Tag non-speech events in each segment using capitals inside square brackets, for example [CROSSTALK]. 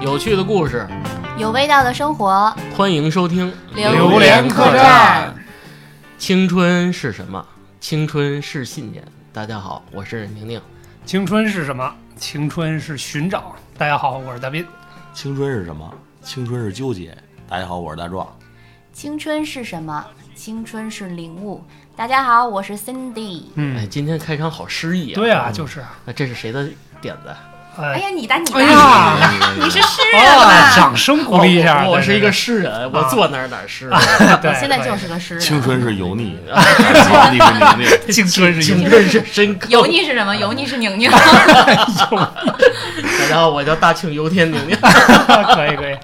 有趣的故事，有味道的生活，欢迎收听《榴莲客栈》。青春是什么？青春是信念。大家好，我是宁宁。青春是什么？青春是寻找。大家好，我是大斌。青春是什么？青春是纠结。大家好，我是大壮。青春是什么？青春是领悟。大家好，我是 Cindy。哎，嗯，今天开场好诗意啊！对啊，嗯就是，那这是谁的点子？哎呃，呀，你的你的，哎呀，你是诗人哦，吧？掌声鼓励一下。哦我我是一个对啊诗人，我坐哪儿哪儿诗。 [LAUGHS] 对对，你 [LAUGHS] 现在就对是个啊诗人。青春是油腻，啊油腻是油腻。 [LAUGHS] 青春是请认识深刻。油腻是什么？油腻是宁宁。大家好，我叫大庆油天宁宁。 [LAUGHS] 可以可以。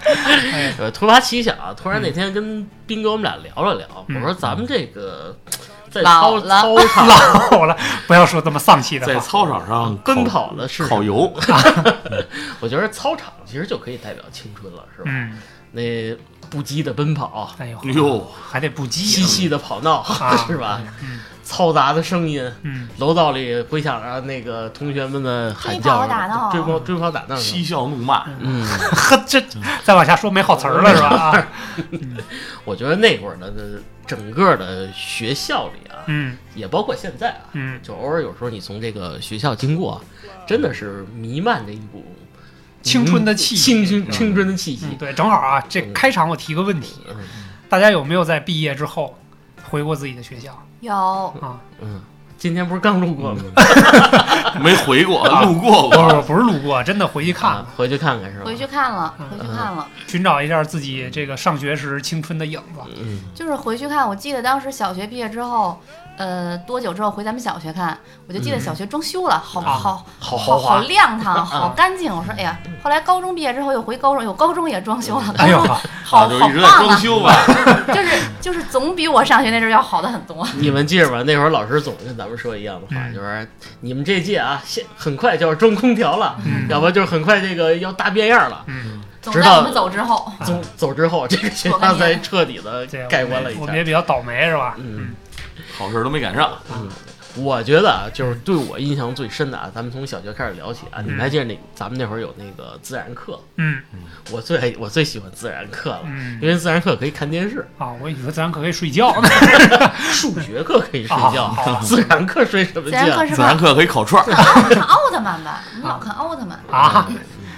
哎，呃，突发奇想啊，突然那天跟斌哥我们俩聊了聊，嗯我说咱们这个在老操了操场老了，不要说这么丧气的在话。操场上奔跑的是烤烤油，我觉得操场其实就可以代表青春了，是吧？嗯，那不羁的奔跑，啊哎呦，哟，还得不嬉羁。戏的跑闹，啊 [LAUGHS] 是吧？嗯嘈杂的声音，嗯， [LAUGHS] 楼道里回响着那个同学们的喊追跑叫打闹啊声，追跑追跑打闹声，嬉笑怒骂，嗯，呵，这再往下说没好词儿了是吧？啊，我觉得那会儿呢， [LAUGHS] 整个的学校里啊，嗯也包括现在啊，嗯，就偶尔有时候你从这个学校经过，啊真的是弥漫着一股青春的气息青春青春的气息嗯，。对，正好啊，这开场我提个问题，嗯大家有没有在毕业之后回过自己的学校 [LAUGHS] 有啊？嗯，今天不是刚路过嗯吗？啊没回过，路过啊 [LAUGHS] 不过。哦是不是路过，真的回去看啊，回去看看是吧？回去看了，回去看了，寻找一下自己这个上学时青春的影子。嗯，就是回去看。我记得当时小学毕业之后，呃，多久之后回咱们小学看？我就记得嗯小学装修了，好啊好好好豪好华，亮嗯堂，好干净。我说，哎呀，后来高中毕业之后又回高中，有高中也装修了，高哎呦中， [LAUGHS] 好啊，就好一直在棒装啊！修吧， [LAUGHS] 就是就是总比我上学那阵儿要好的很多。你们记着吧，那会儿老师总跟咱们说一样的话，嗯就是你们这届啊，现很快就要装空调了，嗯要不然就是很快这个要大变样了。嗯，总直在到我们走之后，啊走走之后，这个学校才彻底的对，改观了一我下们。也比较倒霉是吧？嗯嗯，好事都没赶上。我觉得啊，就是对我印象最深的啊，咱们从小学开始聊起啊。你们还记得那咱们那会儿有那个自然课，嗯我最爱我最喜欢自然课了，因嗯，为自然课可以看电视，啊，我以为咱可以睡觉 [LAUGHS] 呢。数学课可以睡啊觉好吧，自然课睡呃什么自觉然课啊？是自然看课可以烤串儿，看奥特曼 [LAUGHS] 吧？你老看奥特曼，啊，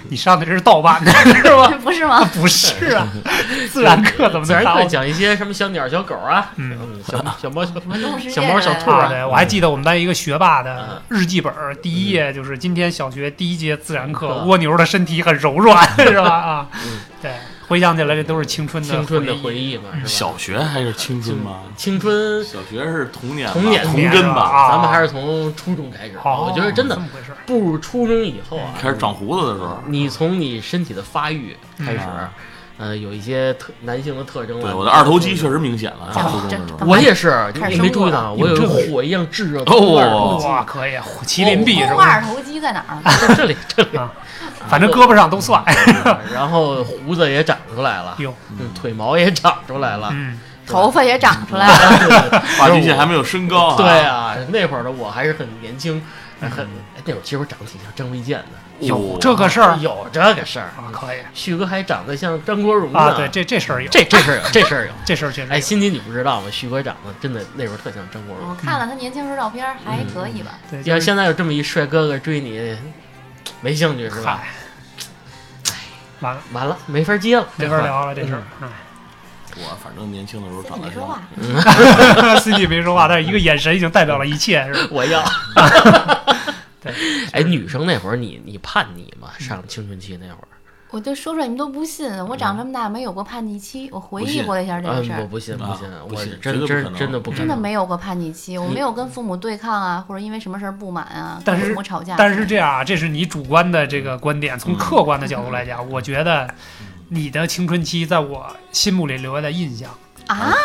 你上的这是盗版的是吧？ [LAUGHS] 不是吗？ [LAUGHS] 不是啊，嗯自然课怎么自能然盗课？讲一些什么小鸟、小狗啊，嗯嗯，小小猫、小什么动物世界小猫小兔啊，啊嗯对，我还记得我们班一个学霸的日记本儿，第一页就是今天小学第一节自然课，嗯蜗牛的身体很 [LAUGHS] 柔软，是吧？啊嗯，对，回想起来这都是青春的青春的回回忆。忆嘛，是吧？小学还是青春吗？青春，小学是童年吧，童年童真吧，啊咱们还是从初中开始。好，我觉得真的这么回事儿。步入初中以后啊，开始长胡子的时候。你从你身体的发育开始嗯，呃，有一些特男性的特征了。对，我的二头肌确实明显了，上初中的时候。我也是，开始你没注意到，生我有你们这火一样炙热的哦二头肌哇，可以，麒麟臂是空吧？二头肌在哪 [LAUGHS] 儿？在这里这 [LAUGHS] 里，啊，反正胳膊上都算。啊 [LAUGHS] 然后胡子也长出来了，哟，嗯腿毛也长出来了，嗯，头发也长出来 [LAUGHS] 了，嗯发际线还没有升高 [LAUGHS] 啊。对啊，那会儿的我还是很年轻，还很哎那会儿其实我长得挺像张卫健的，有哇这个事儿有这个事儿。啊，可以旭哥还长得像张国荣呢啊，对，这这事儿有，这这事儿有，这事儿有。这事儿确实 [LAUGHS] 哎，有。欣姐你不知道吗？旭哥长得真的那会儿特像张国荣我，看了他年轻时候照片，嗯还可以吧？对，要就是现在有这么一帅哥哥追你，没兴趣是吧？嗨，完了，完了，没法接了，没法聊了这事儿。嗯我反正年轻的时候现在长你得没说像话，哎 [LAUGHS] 司机没说话，但是一个眼神已经代表了一切，是 [LAUGHS] 吧？我 [LAUGHS] 要。对， [LAUGHS] 哎，女生那会儿你你叛逆吗？上青春期那会儿，我就说出来你们都不信。我长这么大没有过叛逆期，我回忆过了一下这个事嗯，我儿，不信啊不信，不我信是真绝对不可真能真的不可真的嗯能。没有过叛逆期，我没有跟父母对抗啊，或者因为什么事儿不满啊，但是跟父母吵架。但是这样啊，这是你主观的这个观点。嗯从客观的角度来讲，我觉得你的青春期在我心目里留下的印象，啊，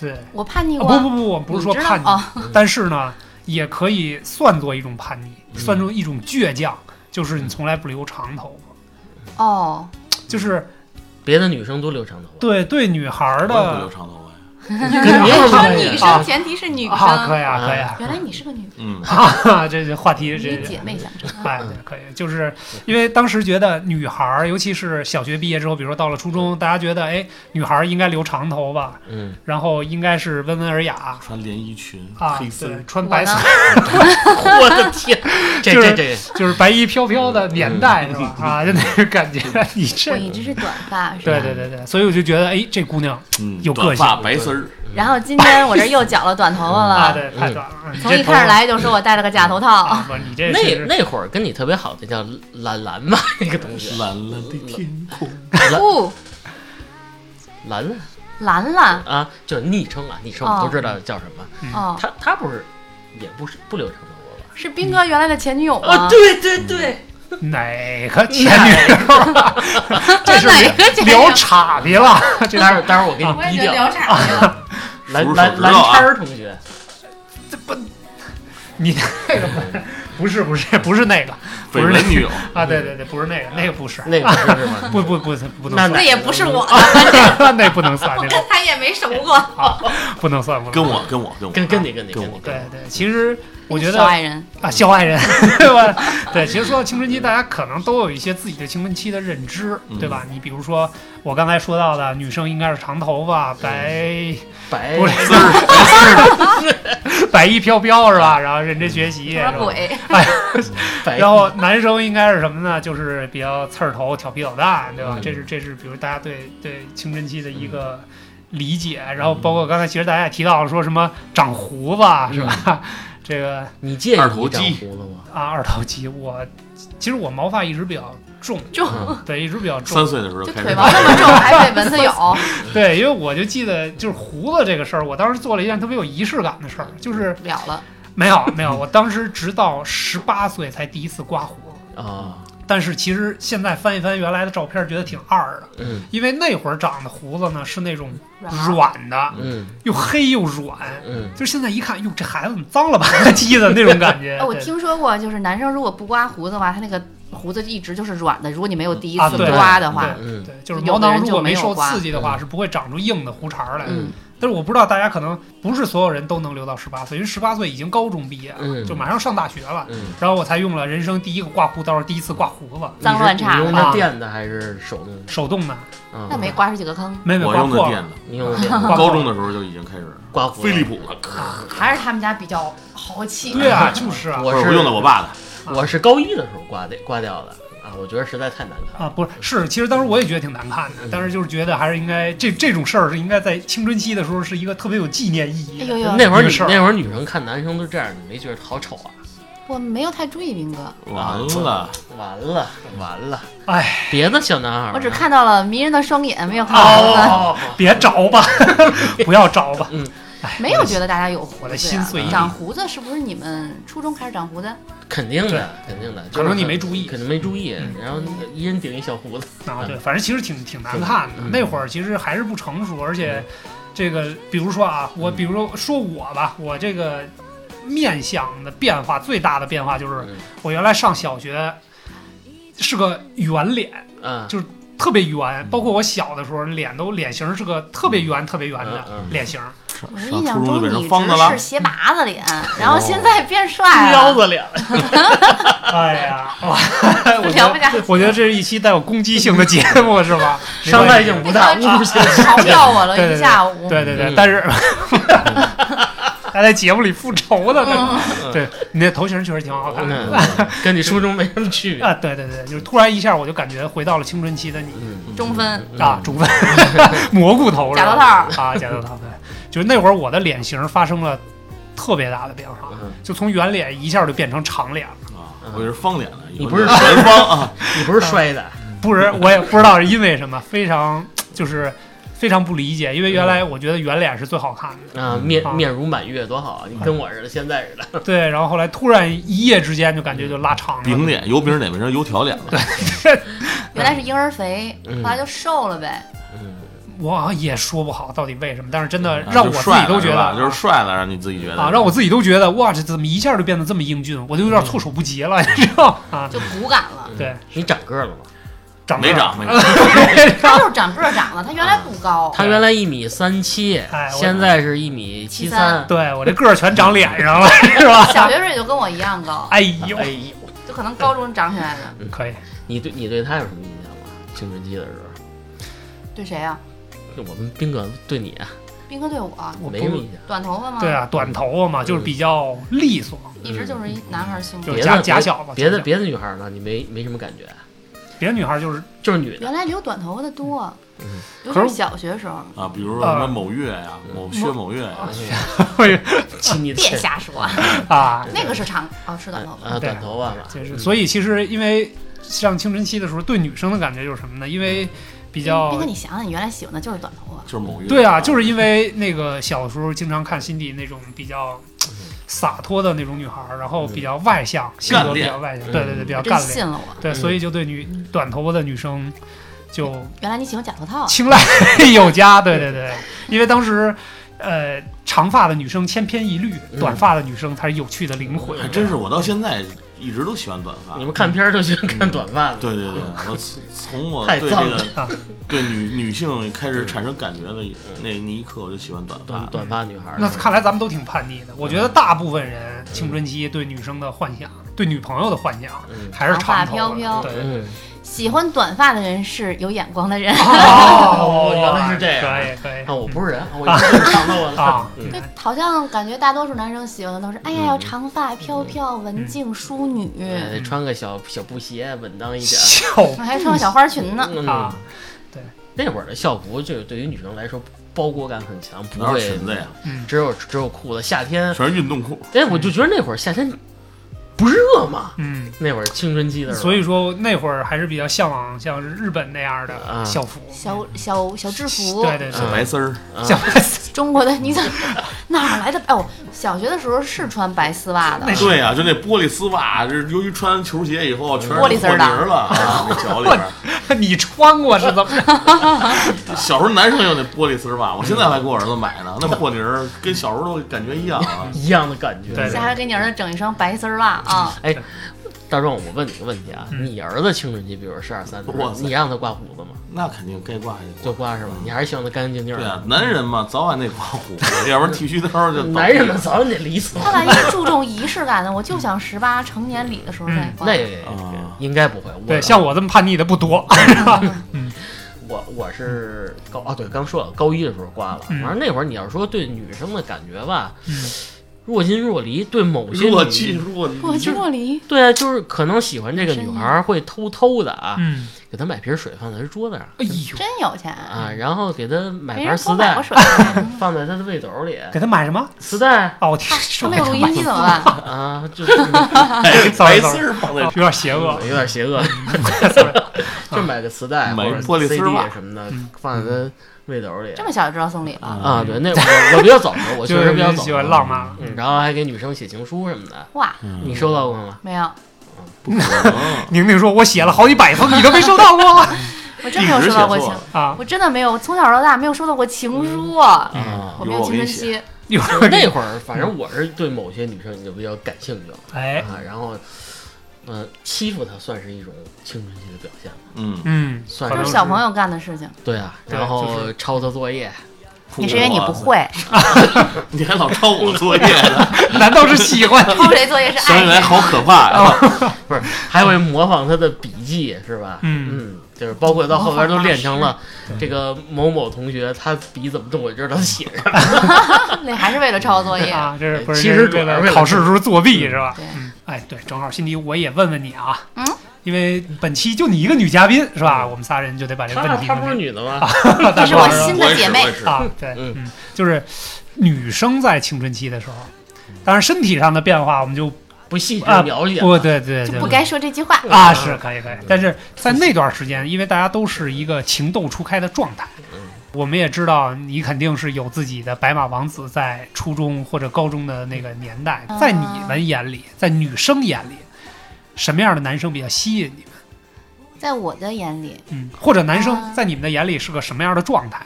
对，我叛逆啊过，不不不，我不是说你知道叛逆，哦但是呢，也可以算作一种叛逆，嗯算作一种倔强，就是你从来不留长头发，哦，就是嗯别的女生都留长头发，对对女孩儿我也不留的长头发呀， [LAUGHS] [LAUGHS] 肯定你是说没有哎女啊生，前提是女啊，可生。以啊，可以 [LAUGHS] 啊，原来你是个女的，嗯，啊，这这话题这你姐妹相称。哎，对可以，就是因为当时觉得女孩儿，尤其是小学毕业之后，比如说到了初中，大家觉得，哎，女孩儿应该留长头发，嗯， [LAUGHS] 然后应该是温文尔雅穿连衣裙，啊黑，丝对儿，，穿白我呢色，我的天， [LAUGHS] 这就这是这，就是白衣飘飘的嗯年代，是吧？啊，就那个感觉，你我这，一直是短发，是吧？对对对对，所以我就觉得，哎，这姑娘嗯，有个短性发白丝儿，然后今天我这又绞了短头发啊，了，对，太短了，你从这一头开始来就说我戴了个假头套，啊，不，你这那是那会儿跟你特别好的叫蓝蓝吧，那个东西，蓝蓝的天空，不蓝蓝哦蓝蓝啊，就是昵称啊，昵称我们都知道叫什么。哦，他他不是，也不是不留长头发吧？是斌哥原来的前女友啊，吗？对对对，嗯 [LAUGHS] 哪个前女 [LAUGHS] 友啊？这是哪个前女聊友？岔别了， [LAUGHS] 这待会儿待会儿我给你我也逼觉得掉聊岔啊了，蓝叔叔蓝知蓝道啊叉儿同 [LAUGHS] 学，你那个不是不是不是那个不绯是那闻女 [LAUGHS] 友，啊，对对对，不是那个，那个不是，那个是吗？不不不不那能算，那也不是我，啊 [LAUGHS] 那不能算，我那跟个他也没熟过。啊，不能算，不能算跟我跟我跟我跟跟你跟你跟你对对，其实我觉小得矮人，啊，小矮人，对吧？ [LAUGHS] 对，其实说到青春期，大家可能都有一些自己的青春期的认知，对吧？嗯你比如说我刚才说到的，女生应该是长头发、白白不是 [LAUGHS] 白衣飘飘是吧？然后认真学习，什么是吧嗯鬼？啊白，然后男生应该是什么呢？就是比较刺儿头、调皮捣蛋，对吧？嗯这是这是比如大家对对青春期的一个理解。然嗯后包括刚才其实大家也提到了说什么长胡子啊是嗯吧？这个你介意二头你长肌胡子吗？啊二头肌，我其实我毛发一直比较重，就嗯对，一直比较重三。岁的时候就开腿始毛那么重， [LAUGHS] 还被蚊子咬，对，因为我就记得就是胡子这个事儿，我当时做了一件特别有仪式感的事儿，就是不了了。没有没有，我当时直到十八岁才第一次刮胡子。啊，但是其实现在翻一翻原来的照片，觉得挺二的。 [LAUGHS] 嗯因为那会儿长的胡子呢是那种软软的，嗯又黑又软，嗯，就现在一看，哟，这孩子怎么脏了吧唧的那种感 [LAUGHS] 觉。哎，我对听说过，就是男生如果不刮胡子的话，他那个胡子一直就是软的。如果你没有第一啊次对刮的话，嗯对，就是毛有的囊人如就果没没有受刮刺激的话，是不会长出硬的胡茬儿来的。嗯，但是我不知道大家可能不是所有人都能留到十八岁，因为十八岁已经高中毕业了，嗯就马上上大学了。嗯，然后我才用了人生第一个刮胡刀，第一次刮胡子，脏乱差你是你用啊的电的还是手动的？手动的，啊那没，嗯刮出几个坑，没没我刮用的破电了。的，你用的电的刮破高中了的时候就已经开始刮胡子啊飞利浦了，还是他们家比较豪气。对啊，就是啊，我不是是我用的我爸的，我是高一的时候刮的刮掉的啊，我觉得实在太难看了。啊，不是，是，其实当时我也觉得挺难看的，但是就是觉得还是应该这这种事儿是应该在青春期的时候是一个特别有纪念意义哎的。呦呦，那会儿一个女事儿啊那会儿女生看男生都这样，你没觉得好丑啊？我没有太注意斌哥，完了，完了完了，哎，别的小男孩儿呢，我只看到了迷人的双眼，没有看到胡子，哦，别找吧， [LAUGHS] 不要找吧。没有觉得大家有胡我子。的心碎对意啊义长胡子是不是你们初中开始长胡子？肯定对的肯定的，就是可能你没注意嗯肯定没注意，然后一人顶一小胡子，嗯啊，对，反正其实挺挺难看的。嗯那会儿其实还是不成熟，而且嗯这个，比如说啊，我比如说说我吧，我这个面相的变化最大的变化就是嗯我原来上小学是个圆脸，嗯，特别圆，包括我小的时候，脸都脸型是个特别圆、特别圆的嗯嗯脸型，我上印上象初中就中变你成方的只了嗯哦是，斜拔子脸，然后现在变帅腰了，子脸了，哎呀，哇我觉聊不得下去。我觉得这是一期带有攻击性的节目，是 [LAUGHS] 吧？伤害性不大，侮辱性 [LAUGHS] 嘲笑我了对对一对下午。对对对，嗯但是还在节目里复仇呢，对你那头型确实挺好看的嗯跟你初中没什么区别。啊！对对对，就是突然一下，我就感觉回到了青春期的你嗯，中分啊，中分 [LAUGHS] 蘑菇头是吧假头套啊，假头套对，就是那会儿我的脸型发生了特别大的变化，嗯就从圆脸一下就变成长脸了。啊，我以为是方脸呢，你不是全方啊，你不是摔的，嗯不是，我也不知道是因为什么，非常就是非常不理解，因为原嗯来我觉得圆脸是最好看 [LAUGHS] 的，啊，面面如满月多好，啊你啊跟我似的，现在似的。对，然后后来突然一夜之间就感觉就拉长饼了，嗯脸油饼脸变成油条脸了，原来是婴儿肥，嗯后来就瘦了呗。嗯，我好像也说不好到底为什么，但是真的啊让就我自帅己了都觉是得吧就是帅了，让你自己觉得啊，让我自己都觉得哇，这怎么一下就变得这么英俊，我就有点措手不及了，你知道吗啊？ [LAUGHS] 就骨感了。对，嗯你长个儿了吗？长个儿没长，没长，他就是长个儿长的，他原来不高，他原来一米三七哦哎，我现在是一米七三。对我这个儿全长脸上了， [LAUGHS] 是吧？ [LAUGHS] 小学时候也就跟我一样高，哎呦哎，呦，就可能高中长起来的。可以，你对你对他有什么印象吗？青春期的时候，对谁啊呀、就我们斌哥对你啊斌哥对我，我没什么不印象。短头发吗？对，啊，短头发嘛，就是比较利索，一直就是一男孩胸。就是别假的假小吧。别的假别的女孩呢，你没没什么感觉，啊别的女孩 [LAUGHS] 就是就是女 [LAUGHS] 的。原来留短头发的多，嗯尤可其是是小学时候。啊，比如说什嗯么某月呀、某薛某月啊呀、 [LAUGHS] 你 [LAUGHS] 的别瞎说，啊，那个是长哦，是短头呃发。啊，短头发吧，就是嗯所以其实因为上青春期的时候，对女生的感觉就是什么呢？因为比斌较哥，你想想，你原来喜欢的就是短头发，就是某月。对啊，就是因为那个小时候经常看辛迪那种比较洒脱的那种女孩儿，然后比较外向，性格比较外向，嗯对对对，比较真干练，信了我。对，嗯所以就对女短头发的女生就原来你喜欢假头套啊，青睐有加，对对对，因为当时。呃，长发的女生千篇一律，嗯短发的女生才是有趣的灵魂。还真是，我到现在一直都喜欢短发你。们看片儿都喜欢看短发的，嗯对对对，我从我太对这脏了个 [LAUGHS] 对女女性开始产生感觉的那那一刻，我就喜欢短短发。短发女孩儿。那看来咱们都挺叛逆的。我嗯觉得大部分人青春期对女生的幻想，对女朋友的幻想嗯还是长头发。长发飘飘对，嗯， [LAUGHS] 喜欢短发的人是有眼光的人。 [LAUGHS] 哦原来是这样可以可以啊，我不是人， [LAUGHS] 我一直长到我嗯啊 [LAUGHS] 了。嗯对， [LAUGHS] 好像感觉大多数男生喜欢的都是，哎呀，嗯要长发飘飘、文静淑女，哎穿个小小布鞋，稳当一点儿。笑还穿个小花裙呢。嗯啊！那会儿的校服就是对于女生来说包裹感很强，不哪会有裙子呀？只有只有裤子。夏天，全是运动裤。哎，我就觉得那会儿夏天不热嘛，嗯，那会儿青春期的时候，所以说那会儿还是比较向往像日本那样的校服，小小小制服，对对小对，白丝儿，啊像 [LAUGHS] 中国的你怎么哪儿来的？哦，小学的时候是穿白丝袜的，对呀、就那玻璃丝袜，就是由于穿球鞋以后全是玻璃丝儿的泥 [LAUGHS] 儿了啊，那脚 [LAUGHS] 里边儿。你穿过是怎么？小时候男生有那玻璃丝儿袜，我现在还给我儿子买呢，那破泥儿跟小时候的感觉一 [LAUGHS] 样啊。一样的感觉。对下回给你儿子整一双白丝袜啊！哎，大壮，我问你个问题啊，嗯你儿子青春期，比如十二三的时候哇，塞你让他刮胡子吗？那肯定该挂下就刮是吧？你还是希望他干干净净对的。啊，男人嘛，早晚得刮胡子，要不然剃须刀就倒闭了 [LAUGHS] 男人们早晚得理死。他万一注重仪式感呢？我就想十八成年礼的时候再嗯刮。那也啊应该不会。我对，像我这么叛逆的不多。嗯我我是高啊，对，刚说了，高一的时候刮了。嗯反正那会儿你要说对女生的感觉吧，嗯若近若离，对某些若女即若离。我去若离，对啊，就是可能喜欢这个女孩儿会偷偷的啊，嗯，给她买瓶水放在她桌子上哎呦，真有钱，啊，然后给她买嗯没盘人偷磁买过带水，啊 [LAUGHS] 放在她的背兜里，给他买什么？磁带哦，我 [LAUGHS] 天，他没有录音机怎么办？啊，就是 sorry 哎白丝儿放在有点邪 [LAUGHS] 恶。 [LAUGHS] 有点邪恶， sorry 就买个磁带买或者玻璃丝 CD 袜什么的嗯，放在她背兜里这么小就知道送礼了，啊。嗯对，那我我比较早熟，我确实比较就早喜熟欢浪漫了。嗯，然后还给女生写情书什么的，哇，嗯你收到过吗？没有，不可能，宁宁说：“我写了好几百封，你都没收 [LAUGHS] 到过我真没有收到过情，啊我真的没有，我从小到大没有收到过情书啊，嗯啊，我没有青春期，！”有那会儿反正我是对某些女生就比较感兴趣了哎，啊，然后，呃，欺负她算是一种青春期的表现吗？嗯，嗯，算可都能是小朋友干的事情，对啊，对然就后抄她作业，也是因为啊你不会，哎你还老抄我作业呢，难道是 [LAUGHS] 喜欢偷谁作业是想爱起来谁？好可怕呀！不是还会模仿她的笔记是吧？嗯嗯，就是包括到后边都练成了这个某某同学他笔怎么动，我知道他写什么。那 [LAUGHS] 还是为了抄作业。啊？这是不是其实这是主要是为为了了考试时候作弊是吧？对嗯，哎，对，正好，辛迪，我也问问你啊，嗯，因为本期就你一个女嘉宾是吧？我们仨人就得把这个她哎问嗯题她不是问女的吗？到大这是我壮身上新我的也姐是，妹我也是， [LAUGHS] 啊，对，嗯嗯，就是女生在青春期的时候，当然身体上的变化我们就不细致啊描写不，对对就对，不该说这句话。啊，嗯是可以可以，但是在那段时间，因为大家都是一个情窦初开的状态嗯，我们也知道你肯定是有自己的白马王子，在初中或者高中的那个年代，嗯在你们眼里，在女生眼里，什么样的男生比较吸引你们？在我的眼里，嗯，或者男生啊在你们的眼里是个什么样的状态？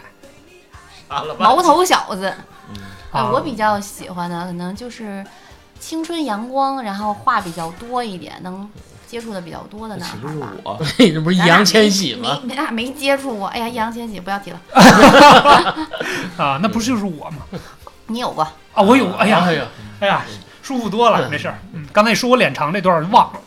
杀了吧。毛头小子，哎啊，我比较喜欢的可能就是青春阳光，然后话比较多一点，能接触的比较多的那男岂孩不是吧。我？你 [LAUGHS] 这不是易咱俩烊没千玺吗？没，没那没接触过。哎呀，易烊千玺不要提了，啊，那不是就是我吗？你有过？啊，我有，哎呀哎，呀，哎呀，舒服多了，没事儿。嗯，刚才你说我脸长这段儿忘了，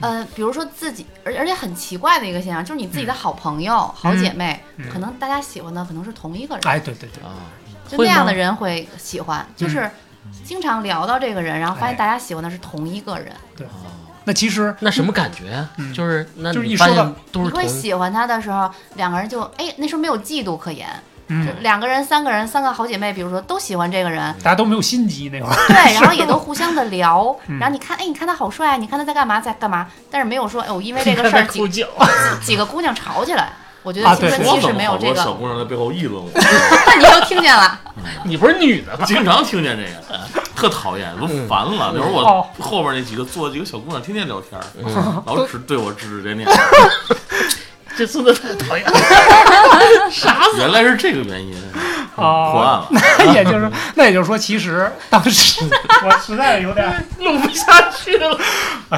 呃，比如说自己，而而且很奇怪的一个现象，就是你自己的好朋友、好姐妹，嗯可能大家喜欢的可能是同一个人，哎，对对对，啊，就会那样吗的人会喜欢，就是经常聊到这个人，然后发哎现大家喜欢的是同一个人，那其实啊那什么感觉呀嗯？就是那就是你一发说到现都你是同会喜欢他的时候，两个人就哎，那时候没有嫉妒可言，嗯就，两个人、三个人、三个好姐妹，比如说都喜欢这个 [LAUGHS] 人，大家都没有心机那会 [LAUGHS] 儿，对，然后也都互相的聊，嗯然后你看，哎，你看他好帅啊，你看他在干嘛，在干嘛，但是没有说，哎，我因为这个看事他儿哭几脚，几个姑娘吵起来。我觉啊得青对春我期是怎么没好有这多个，小姑娘在背后议论我？那你又听见了，你不是女的吗？经常听见这个，特讨厌，都烦了。比如我嗯哦后边那几个坐几个小姑娘，天天聊天儿，嗯老指对我指指 [LAUGHS] 点点。这孙子太讨厌了。原来是这个原因，哦破案了。 [LAUGHS] 那也就是那也就是说，其实当时 [LAUGHS] 我实在有点儿录不下去了。 [LAUGHS]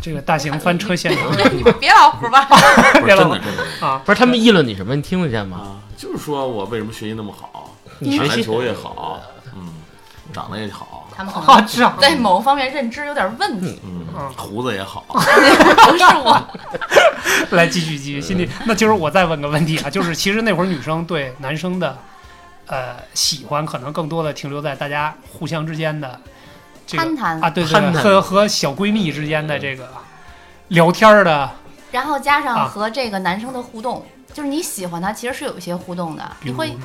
这个大型翻车现场 [LAUGHS] 你们别老胡吧。不是真别的了真的啊，不是他们议论你什么？你听得见吗？啊， [LAUGHS] 就是说我为什么学习那么好，你打学习篮球也好，嗯，长得也好，他们可 [LAUGHS] 啊，能这样在某方面认知有点问题，嗯 [LAUGHS] 嗯，胡子也好，不是我。来继续继续，心里那就是我再问个问题啊，就是其实那会儿女生对男生的呃喜欢，可能更多的停留在大家互相之间的这个攀谈啊，对对对，攀谈和和小闺蜜之间的这个聊天儿的，然后加啊上和这个男生的互动，就是你喜欢他，其实是有一些互动的，比你如会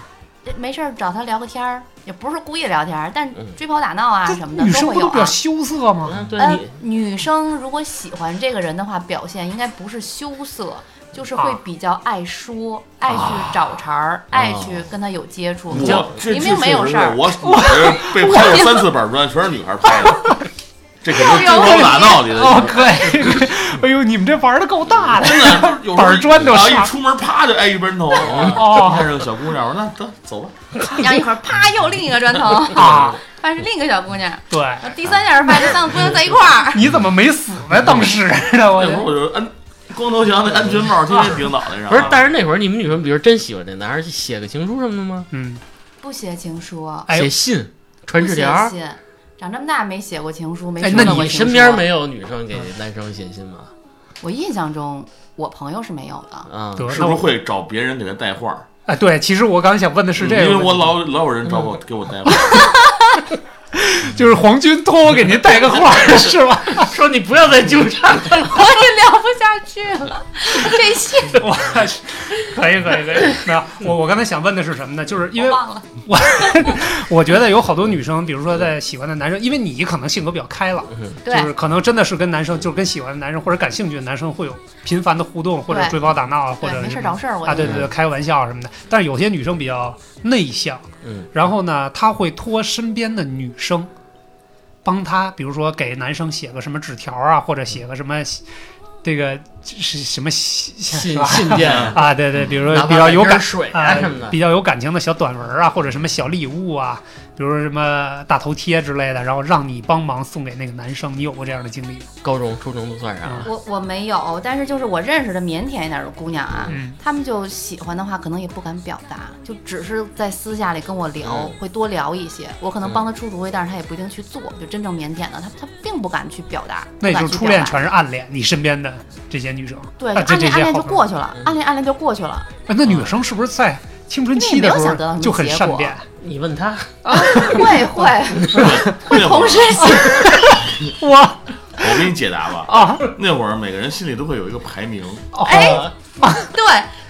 没事儿找他聊个天儿，也不是故意聊天儿，但嗯追跑打闹啊这什么的女生都不会都有比较啊。羞涩吗？嗯，对呃你，女生如果喜欢这个人的话，表现应该不是羞涩，就是会比较爱说、啊爱去找茬儿、爱去跟他有接触。这我这明明没有事儿儿，我我这被拍过三次板砖，全是女孩拍的，这可是追有跑打闹去哦，的。可以，可以哎呦，你们这玩的 [LAUGHS] 够大的真的，有时候板砖都啊上一出门啪就挨一砖头。啊哦你看这个小姑娘，我说那得走了，然后一会儿啪又另一个砖头， [LAUGHS] 啊！发现是另一个小姑娘，对，然后第三下发现这三个姑娘在一块儿。你怎么没死呢？当时呢，我那会儿我就安光头强那安全帽天天顶脑袋上。啊 [LAUGHS] 不是，但是那会儿你们女生，比如真喜欢这男孩儿，写个情书什么的吗？嗯，不写情书，哎呦写信、传不纸写条儿。信，长这么大没写过情书，没哎收那到过你情书。身边？没有女生给男生写信吗？我印象中，我朋友是没有 [LAUGHS] 的。啊，得是那不是我会找别人给他带话儿？哎，对，其实我刚才想问的是这个问因题，为我老老有人找我给我带话儿。就是皇军托我给您带个话，是吧？说你不要再纠缠了。我也聊不下去了，这些我可以可以可以。那我我刚才想问的是什么呢？就是因为我忘了。我觉得有好多女生，比如说在喜欢的男生，因为你可能性格比较开朗，就对，是可能真的是跟男生，就是跟喜欢的男生或者感兴趣的男生会有频繁的互动，或者对追跑打闹啊，或对，者没事什儿么找事儿，我啊，对就对对，开玩笑什么的。但是有些女生比较内向，嗯，然后呢，她会托身边的女生帮她，比如说给男生写个什么纸条啊，或者写个什么这个是什么信信是吧信件啊，啊，对 [LAUGHS] 对，比如哪说怕比较有买瓶感 [LAUGHS] 水啊啊什么的。比较有感情的小短文啊，或者什么小礼物啊，比如说什么大头贴之类的，然后让你帮忙送给那个男生，你有过这样的经历吗？高中、初中都算上。啊我我没有，但是就是我认识的腼腆一点的姑娘啊，嗯她们就喜欢的话，可能也不敢表达，就只是在私下里跟我聊，嗯会多聊一些。我嗯可能帮她出主意，但是她也不一定去做。就真正腼腆的，她她并不敢去表达，那也就是初恋不敢去表达全是暗恋，你身边的这些女生，对，啊就这暗这恋暗些恋好就朋友嗯过去了，暗恋暗恋就过去了。哎嗯那女生是不是在青春期的那也没有时想得到什候么就很结善果变？ [LAUGHS] 你问他，啊，会 [LAUGHS] 会那会 [LAUGHS] 同儿时喜我啊我给你解答吧。啊，那会儿每个人心里都会有一个排名，哦 [LAUGHS] 哎对，啊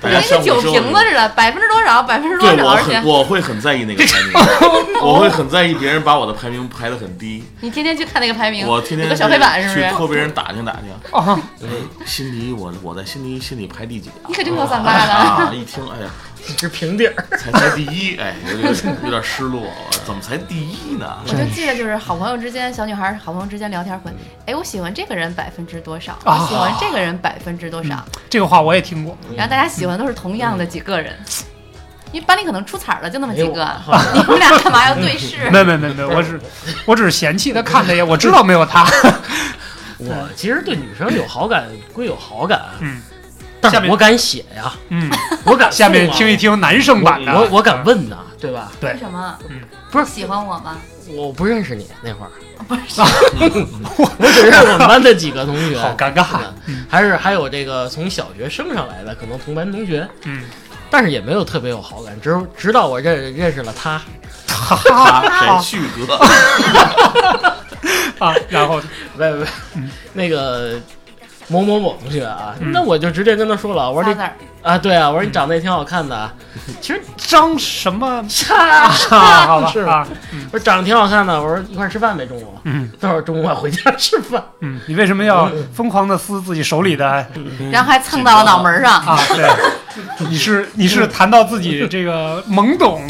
大跟家那相个酒互之后瓶子似的，百分之多少，百分之多对少，我而且很我会很在意那个 [LAUGHS] 排名，我会很在意别人把我的排名排得很低，你天天去看那个排名，我天有天个小黑板是不去是？戳别人打听打听，啊，哎，心里我我在心里心里排第几啊 [LAUGHS] 你？可真够三八的。啊！一听，哎呀，只是平底儿。才才第一，哎，有点有点失落，怎么才第 [LAUGHS] 一呢？ [LAUGHS] 我就记得就是好朋友之间，小女孩儿好朋友之间聊天会，哎，我喜欢这个人百分之多少，我啊喜欢这个人百分之多少，这个话我也听过，嗯然后大家喜欢都是同样的几个人，因为班里可能出彩儿的就那么几个，啊哎呦 [LAUGHS] [LAUGHS] 你们俩干嘛 [LAUGHS] 要对 [LAUGHS] 视？没没没没，我只我只是嫌弃他看他一眼，我知道没有他，我其实对女生有好感归有好感，啊嗯但下是面我敢写呀，嗯，我敢下面送啊听一嗯听男生版的，我我我敢问呐，对吧？对为什么？嗯不是喜欢我吗？我不认识你那 [LAUGHS] 会儿，不是，我只认识我们班的几个同学。好尴尬，嗯还是还有这个从小学升上来的，可能同班同学，嗯，但是也没有特别有好感，直直到我认认识了他，哈哈啊哈谁旭 [LAUGHS] 哥？啊，然后喂喂，那个某某某同学啊，嗯那我就直接跟他说了，我说仨你字儿，啊，对啊，我说你长得也挺好看的啊，其实张什么差，啊，好吧是啊，我说长得挺好看的，我说一块儿吃饭呗，中午， [LAUGHS] 嗯待会儿中午我回家吃 [LAUGHS] 饭，嗯，你为什么要疯狂的撕自己手里的嗯然后还蹭到了脑门上。啊？对，你是你是谈到自己这个懵懂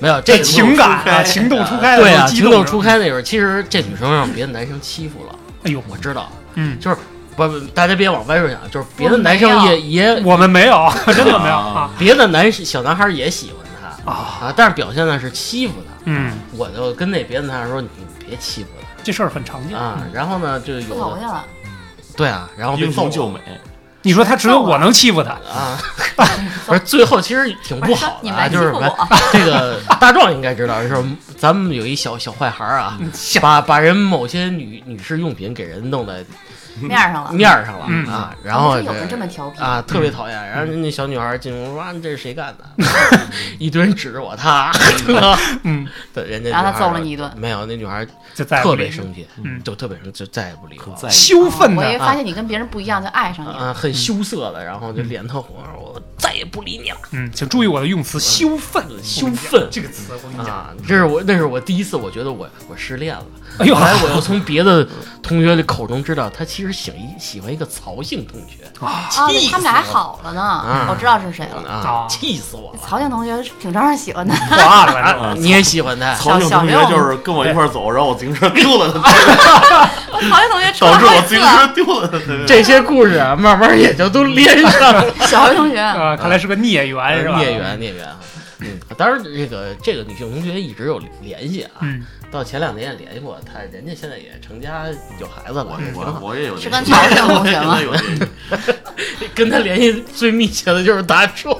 没有这的个情感开啊，情窦初开的对时啊，候激情动窦着初，开那会儿，其实这女生让别的男生欺负了，哎呦，我知道，嗯，就是不不大家别往歪处想，就是别的我没男生有也也我们 [LAUGHS] 没有，真的没有啊别的男小男孩也喜欢她啊，啊，但是表现的是欺负她。嗯，我就跟那别的男孩说：“你别欺负这事儿很常她嗯见啊。”然后呢，就有出头去的了，对啊，然后被英揍雄了救美，你说他只有我能欺负他， [LAUGHS] 啊，不是最后其实挺不好你的们啊，来欺就是负什么我，这个大壮应该知道，就是咱们有一小小坏孩儿啊，嗯把把人某些女女士用品给人弄在 [LAUGHS] 面儿上了。面儿上了、嗯啊，然后有人这么嗯调皮，啊，特别讨厌。然后那小女孩进屋说：“啊，这是谁干的？”嗯 [LAUGHS] 一堆人指着我，他，嗯， [LAUGHS] 对，人家然后女他孩揍了儿你一顿没有，那女孩就在特别生气，嗯就特别生气，就再也不理我了。在意。羞愤我也的发现你跟别人不一样，就爱上你了。啊，嗯很羞涩的，然后就脸特红，我再也不理你了。嗯，请注意我的用词，羞愤，羞愤这个词，我跟你讲，啊，这是我，那是我第一次，我觉得我我失恋了。哎呦后来我又从别的同学的口中知道，他其实喜一喜欢一个曹姓同学哦啊，对他们俩还好了呢啊，我知道是谁了。啊啊，气死我 [LAUGHS] 了曹静同学挺招人喜欢的，破案了， [LAUGHS] 啊！你也喜欢他？曹静同学就是跟我一块儿走，然后我自行车丢 [LAUGHS] 了，曹静同学出导了致我啊好啊几次了。自行车丢了。这些故事啊，慢慢也就都连上了。 [LAUGHS] 小学同学，啊，看来是个孽缘是吧？孽，缘，孽缘啊。嗯，当然，这个这个女性同学一直有联系啊，嗯，到前两年也联系过她，人家现在也成家有孩子了，我嗯也挺我好。我也有是这？跟曹静同学吗有这个跟她联系最密切的就是大壮，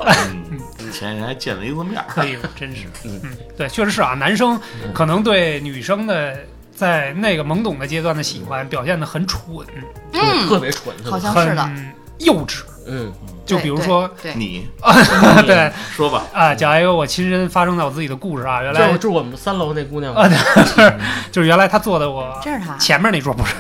嗯前几天还见了一次面儿，哎呦，真是，嗯嗯，对，确实是啊，男生可能对女生的。在那个懵懂的阶段的喜欢表现的很蠢，嗯特别蠢，特别好像是的。很幼稚。嗯，就比如说，对，对，你对说吧，啊，讲一个我亲身发生在我自己的故事啊。原就是来住我们三楼那姑娘，啊，对就是原来他坐在我这是他前面那桌，不是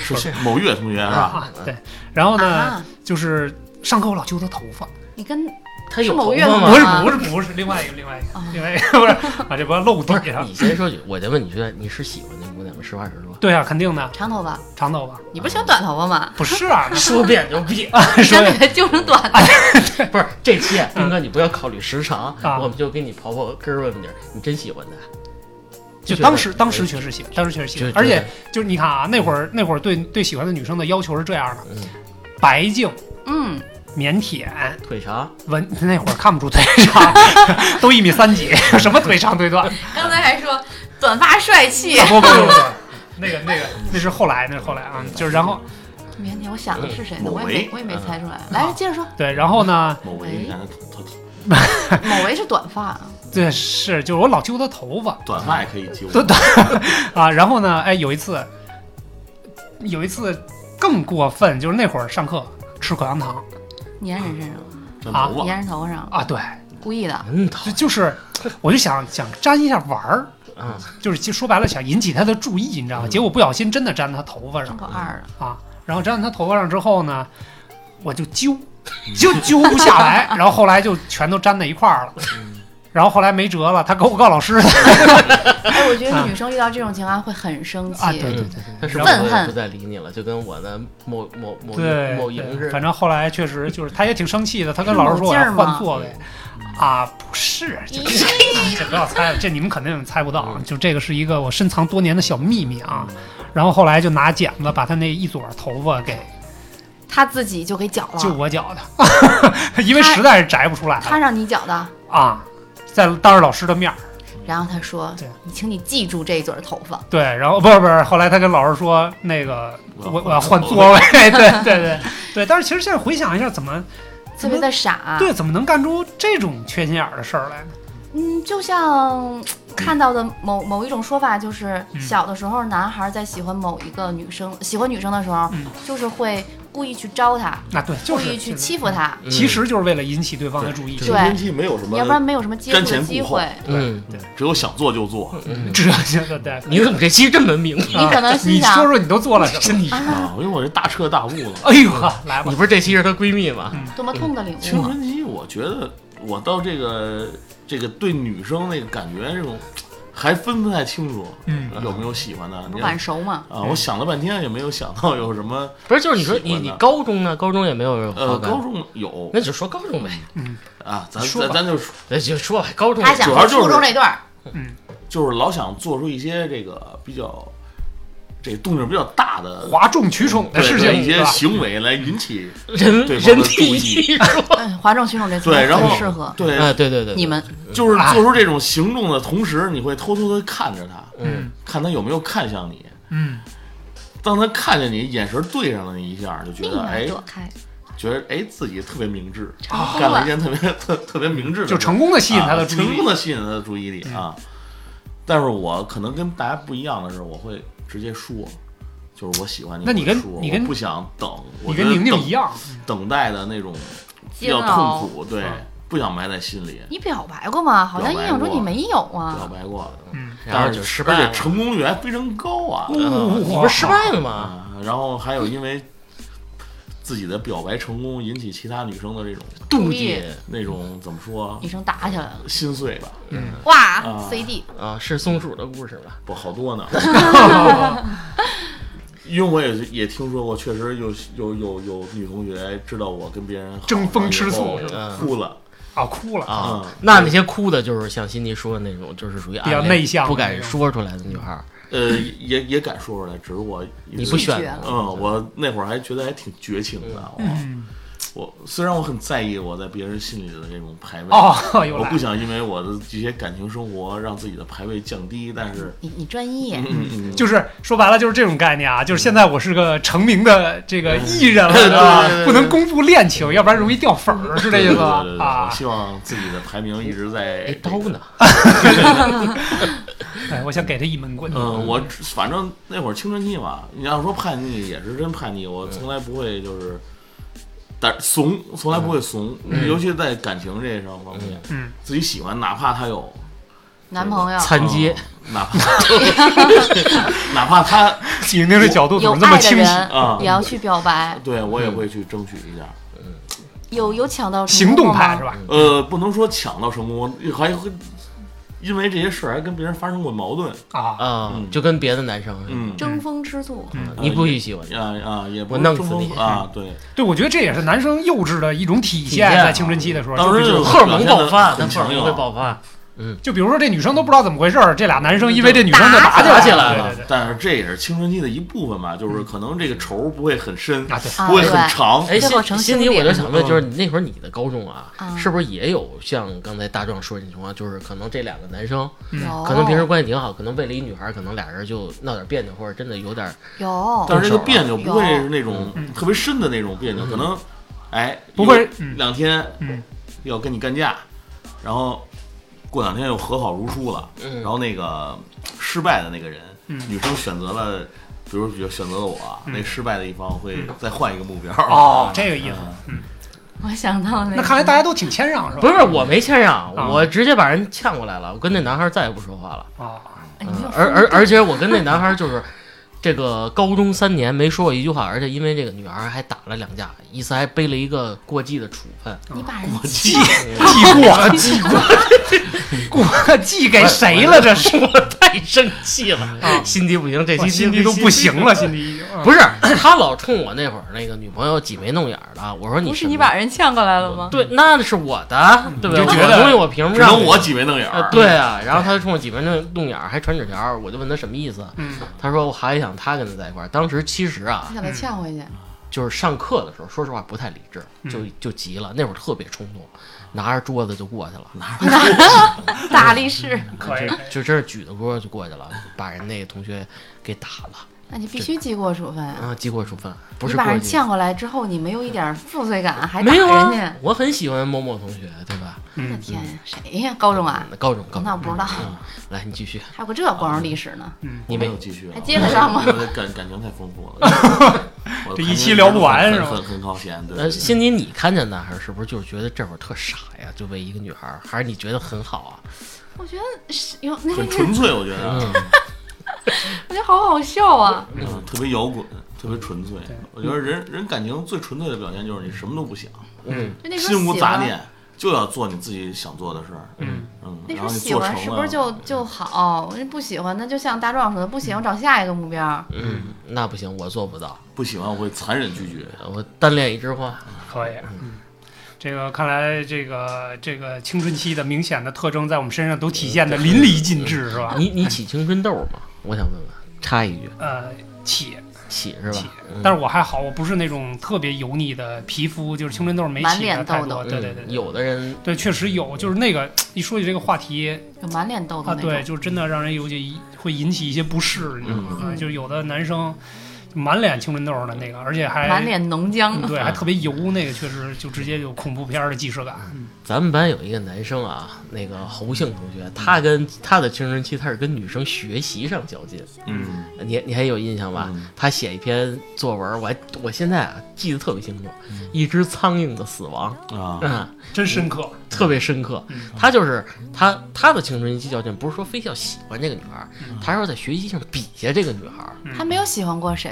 说某月同学是吧？啊？对。然后呢，啊，就是上课我老揪他头发，你跟她有是某头月发吗吗不？是啊不是不是，另外一个另外一个啊另外一个不是啊，这不要不露底是，上你。先说句，我就问你觉得你是喜欢那姑娘吗？实话实说，，对啊，肯定的，长头发，长 [LAUGHS] 头发你不是喜欢短头发吗？不是啊 [LAUGHS] 说变就变，你说想给他揪成短的，不是这期啊，斌哥你不要考虑时长啊，我们就给你刨刨根儿问问底儿，你真喜欢她？就觉得当时当时确实喜欢，当时确实喜就觉，欢得而且就是你看啊，那会儿那会儿对对喜欢的女生的要求是这样的：嗯，白净、嗯，腼腆、腿长，文。那会儿看不出腿长， [LAUGHS] 都一米三几，什么腿长腿短？刚才还说短发帅气，不不不不，那个那个那是后来，那是后来啊，就是然后腼腆，我想的是谁呢？某我也没维我也没猜出来。来，接着说，对，然后呢，某维，你看他他某维是短发，啊对是就是我老揪她头发短发也可以揪，对啊，然后呢，哎有一次，有一次更过分，就是那会儿上课吃口香糖粘人身上，短头发粘人头上，啊，对，故意的。嗯，讨就就是我就想想沾一下玩儿，啊，就是其实说白了想引起她的注意，你知道嗯吗？结果不小心真的沾她头发上上过二了，啊，然后沾到她头发上之后呢，我就 [LAUGHS] 揪，就揪不下来，然后后来就全都粘在一块儿了。嗯 [LAUGHS] 然后后来没辙了，她给我告老师了哎，我觉得女生遇到这种情况会很生气。啊！对对对他嗯对是不是对，然后愤也恨不再理你了？就跟我的某某某对某营对似反的。正后来确实就是她也挺生气的，她跟老师说我要是某劲儿吗嗯换哎座位啊，不是，这 [LAUGHS] 这不要猜了，这你们肯定猜不到，啊嗯就这个是一个我深藏多年的小秘密啊。然后后来就拿剪子把她那一撮头发给他自己就给绞就了，我绞 [LAUGHS] 的，因为实在是摘不出来了他让你绞的，啊，在当着老师的面儿然后他说对：“嗯你请你记住这一撮头发。对，然后不是不是，后来他跟老师说那个我要我我换要换座座位， [LAUGHS] 对对对对，但是其实现在回想一下，怎么”特别的傻、啊对怎么能干出这种缺心眼儿的事儿来呢？嗯，就像看到的某某一种说法，就是嗯小的时候，男孩在喜欢某一个女生、喜欢女生的时候嗯，就是会故意去招她，那对，就故是意去就是欺负她，嗯其实就是为了引起对方的注意，对青春期没有嗯什么要不然没有什么接触瞻的前机顾后会。嗯只有想做就做嗯，这这个对。你怎么这期这么明你白？可能心你说想，说你都做了什么？啊！因为我这大彻大悟了。哎呦呵，来吧你，不是这期是她闺蜜吗？多么痛的领青悟嗯啊！春期，我觉得我到这个这个对女生那个感觉这种，还分不太清楚，嗯有没有喜欢的？不你晚熟嘛，啊，我想了半天也没有想到有什么。不是，就是你说你喜欢的你高中呢？高中也没有人呃，好感高中有那就说高 [LAUGHS] 中呗，啊，咱说吧咱咱就说那就说吧，高中他想主要说就是初中那段儿，就是老想做出一些这个比较这动静比较大的哗众取宠的对事对情一些是吧行为来引起人对人方的注体意艺术，嗯，哗众取宠这词对，然后很适合 [LAUGHS] 对啊，对对对，对你们。嗯就是做出这种行动的同时，你会偷偷的看着他，嗯，看他有没有看向你。嗯，当他看见你，眼神对上了你一下，就觉立得马哎，躲开，觉得哎自己特别明智，成功干了了一件特别特特别明智的事，就成功的吸引他的啊注意成力嗯功。的吸引他的注意力啊。但是我可能跟大家不一样的是，我会直接说，就是我喜欢你，那你跟我说你跟我不想等，你我跟宁宁一样，样，等待的那种比煎较熬痛苦，对嗯，不想埋在心里，你表白过吗？好像印表白象中过你没有表啊。白过，嗯，然后但就是失败而了且成功率还非常高啊。嗯你不是失败了吗？啊，然后还有因为自己的表白成功引起其他女生的这种妒注意忌那种怎么说女生打起来了，心碎吧，哇啊，CD [LAUGHS] 啊，是松鼠的故事吧？不好多呢。因为我也也听说过，确实有有有有女同学知道我跟别人好了争风吃以后醋是吧哭了。啊，哭了。啊嗯，那那些哭的，就是像辛迪说的那种，就是属于暗恋比较内向的不敢说出来的女孩儿。呃，也也敢说出来，只是我你不选拒绝啊了嗯，我那会儿还觉得还挺绝情的。我嗯，我虽然我很在意我在别人心里的这种排位，哦，又我来不想因为我的这些感情生活让自己的排位降低，但是，你你专业，嗯嗯，就是说白了就是这种概念啊，就是现在我是个成名的这个艺人了，对对对吧对对对不能公布恋情，要不然容易掉粉儿，是这意思吧对对对对？我啊，希望自己的排名一直在哎，刀呢？哎，我想给他一闷棍。嗯，我只反正那会儿青春期嘛，你要说叛逆也是真叛逆，我从来不会就是，但怂从来不会怂，尤其在感情这上方面，嗯，自己喜欢，哪怕他有男朋友残疾，嗯哪怕哪怕他宁宁这角度怎有么那么爱的清晰？啊人也要去表白，对我也会去争取一下，有有抢到成行功动过派吗是？吧？呃，不能说抢到成功，我还会因为这些事儿还跟别人发生过矛盾，啊，啊，嗯就跟别的男生似的，嗯，争风吃醋，嗯你不许喜欢。啊啊，也不我是弄死争风你啊，对，对，我觉得这也是男生幼稚的一种体现，体现啊在青春期的时候，当时就就比荷尔蒙爆发，很但荷尔强硬蒙会爆发。就比如说这女生都不知道怎么回事儿，这俩男生因为这女生就打打起起来来了对对对，啊但是这也是青春期的一部分吧，就是可能这个仇不会很深，啊对啊不会很长。哎，最后成心心里兄弟我就想问，嗯就是你那会儿你的高中啊，啊是不是也有像刚才大壮说的那情况，就是可能这两个男生嗯有可能平时关系挺好，可能为了一女孩儿，可能俩人就闹点别扭，或者真的有点有但是这个别扭有不会是那种啊嗯特别深的那种别扭，可能，哎，不会有嗯两天嗯要跟你干架，然后过两天又和好如初了，嗯然后那个失败的那个人，嗯女生选择了，比如比如选择了我，嗯那失败的一方会嗯再换一个目标。哦，这个意思。嗯，我想到那那看来大家都挺谦让是吧？不是我没谦让，啊我直接把人呛过来了，我跟那男孩儿再也不说话了。啊，哎嗯你有而而而且我跟那男孩儿就是，这个高中三年没说过一句话，而且因为这个女孩儿还打了两架，一次还背了一个过季的处分。嗯你把人记 [LAUGHS] 记 [LAUGHS] 过记过过记给谁了？这是我太生气了， [LAUGHS] 心机不行，这我期心里都不行了，。心里已经不是 [COUGHS] 他老冲我那会儿那个女朋友挤眉弄眼儿的，我说你不是什你么把人呛过来了吗？对，那是我的，对不对？你就觉我得的东西我凭什么只让能你我挤眉弄眼呃儿，，对啊，然后他就冲我挤眉弄弄眼儿，还传纸条儿，我就问他什么意思，嗯，他说我还想他跟他在一块儿。当时其实啊嗯你，想再呛回去，就是上课的时候，说实话不太理智，就嗯就急了，那会儿特别冲动，拿着桌子就过去了，大力士，嗯可以，可以就真是举着桌子就过去了，把人那个同学给打了，那你必须记过处分啊！啊，记过处分，不你是把过人去。呛过来之后，你没有一点负罪感，还打没有人啊家，，我很喜欢某某同学，对吧？我的嗯，天呀，谁呀？高中啊？嗯高中高中，那我不知道，嗯来，你继续，还有个这光荣历史呢。你没没有继续啊，还接得上吗我的感感情太丰富了， [LAUGHS] 我这一期聊不完很是吧很很靠前，对呃，，欣妮，你看见男孩是不是就是觉得这会儿特傻呀？就为一个女孩儿，还是你觉得很好啊？我觉得是有那很个，纯粹，我觉嗯得啊，我觉得好好笑啊！嗯特别摇滚，特别纯粹。我觉得人人感情最纯粹的表现就是你什么都不想，嗯，就那时候心无喜杂欢念，就要做你自己想做的事儿。嗯嗯，那时然候后你喜做成欢了，嗯是不是就就好？人不喜欢，那就像大壮说的，不喜欢找下一个目标。嗯，那不行，我做不到，不喜欢我会残忍拒绝。我单恋一枝花。可以，嗯。这个看来，这个这个青春期的明显的特征在我们身上都体现的淋漓尽致，是吧？你你起青春痘吗？我想问问，插一句，呃，起起是起吧？嗯但是我还好，我不是那种特别油腻的皮肤，就是青春痘没满起的脸太痘多。痘对对对，嗯有的人对确实有，就是那个一说起这个话题有满脸嗯痘啊，痘那对，种，就真的让人有些会引起一些不适，你知道吗？嗯就是有的男生满脸青春痘的那个，而且还满脸脓嗯浆。对，还特别油，那个确实就直接有恐怖片儿的既视感。咱们班有一个男生啊，那个侯姓同学，他跟他的青春期，他是跟女生学习上较劲，嗯，你你还有印象吧？嗯他写一篇作文，我还我现在啊记得特别清楚，一只苍蝇的死亡》啊，啊、真深刻。特别深刻。他就是他他的青春期较劲，不是说非要喜欢这个女孩儿，他说在学习上比下这个女孩儿。他没有喜欢过谁，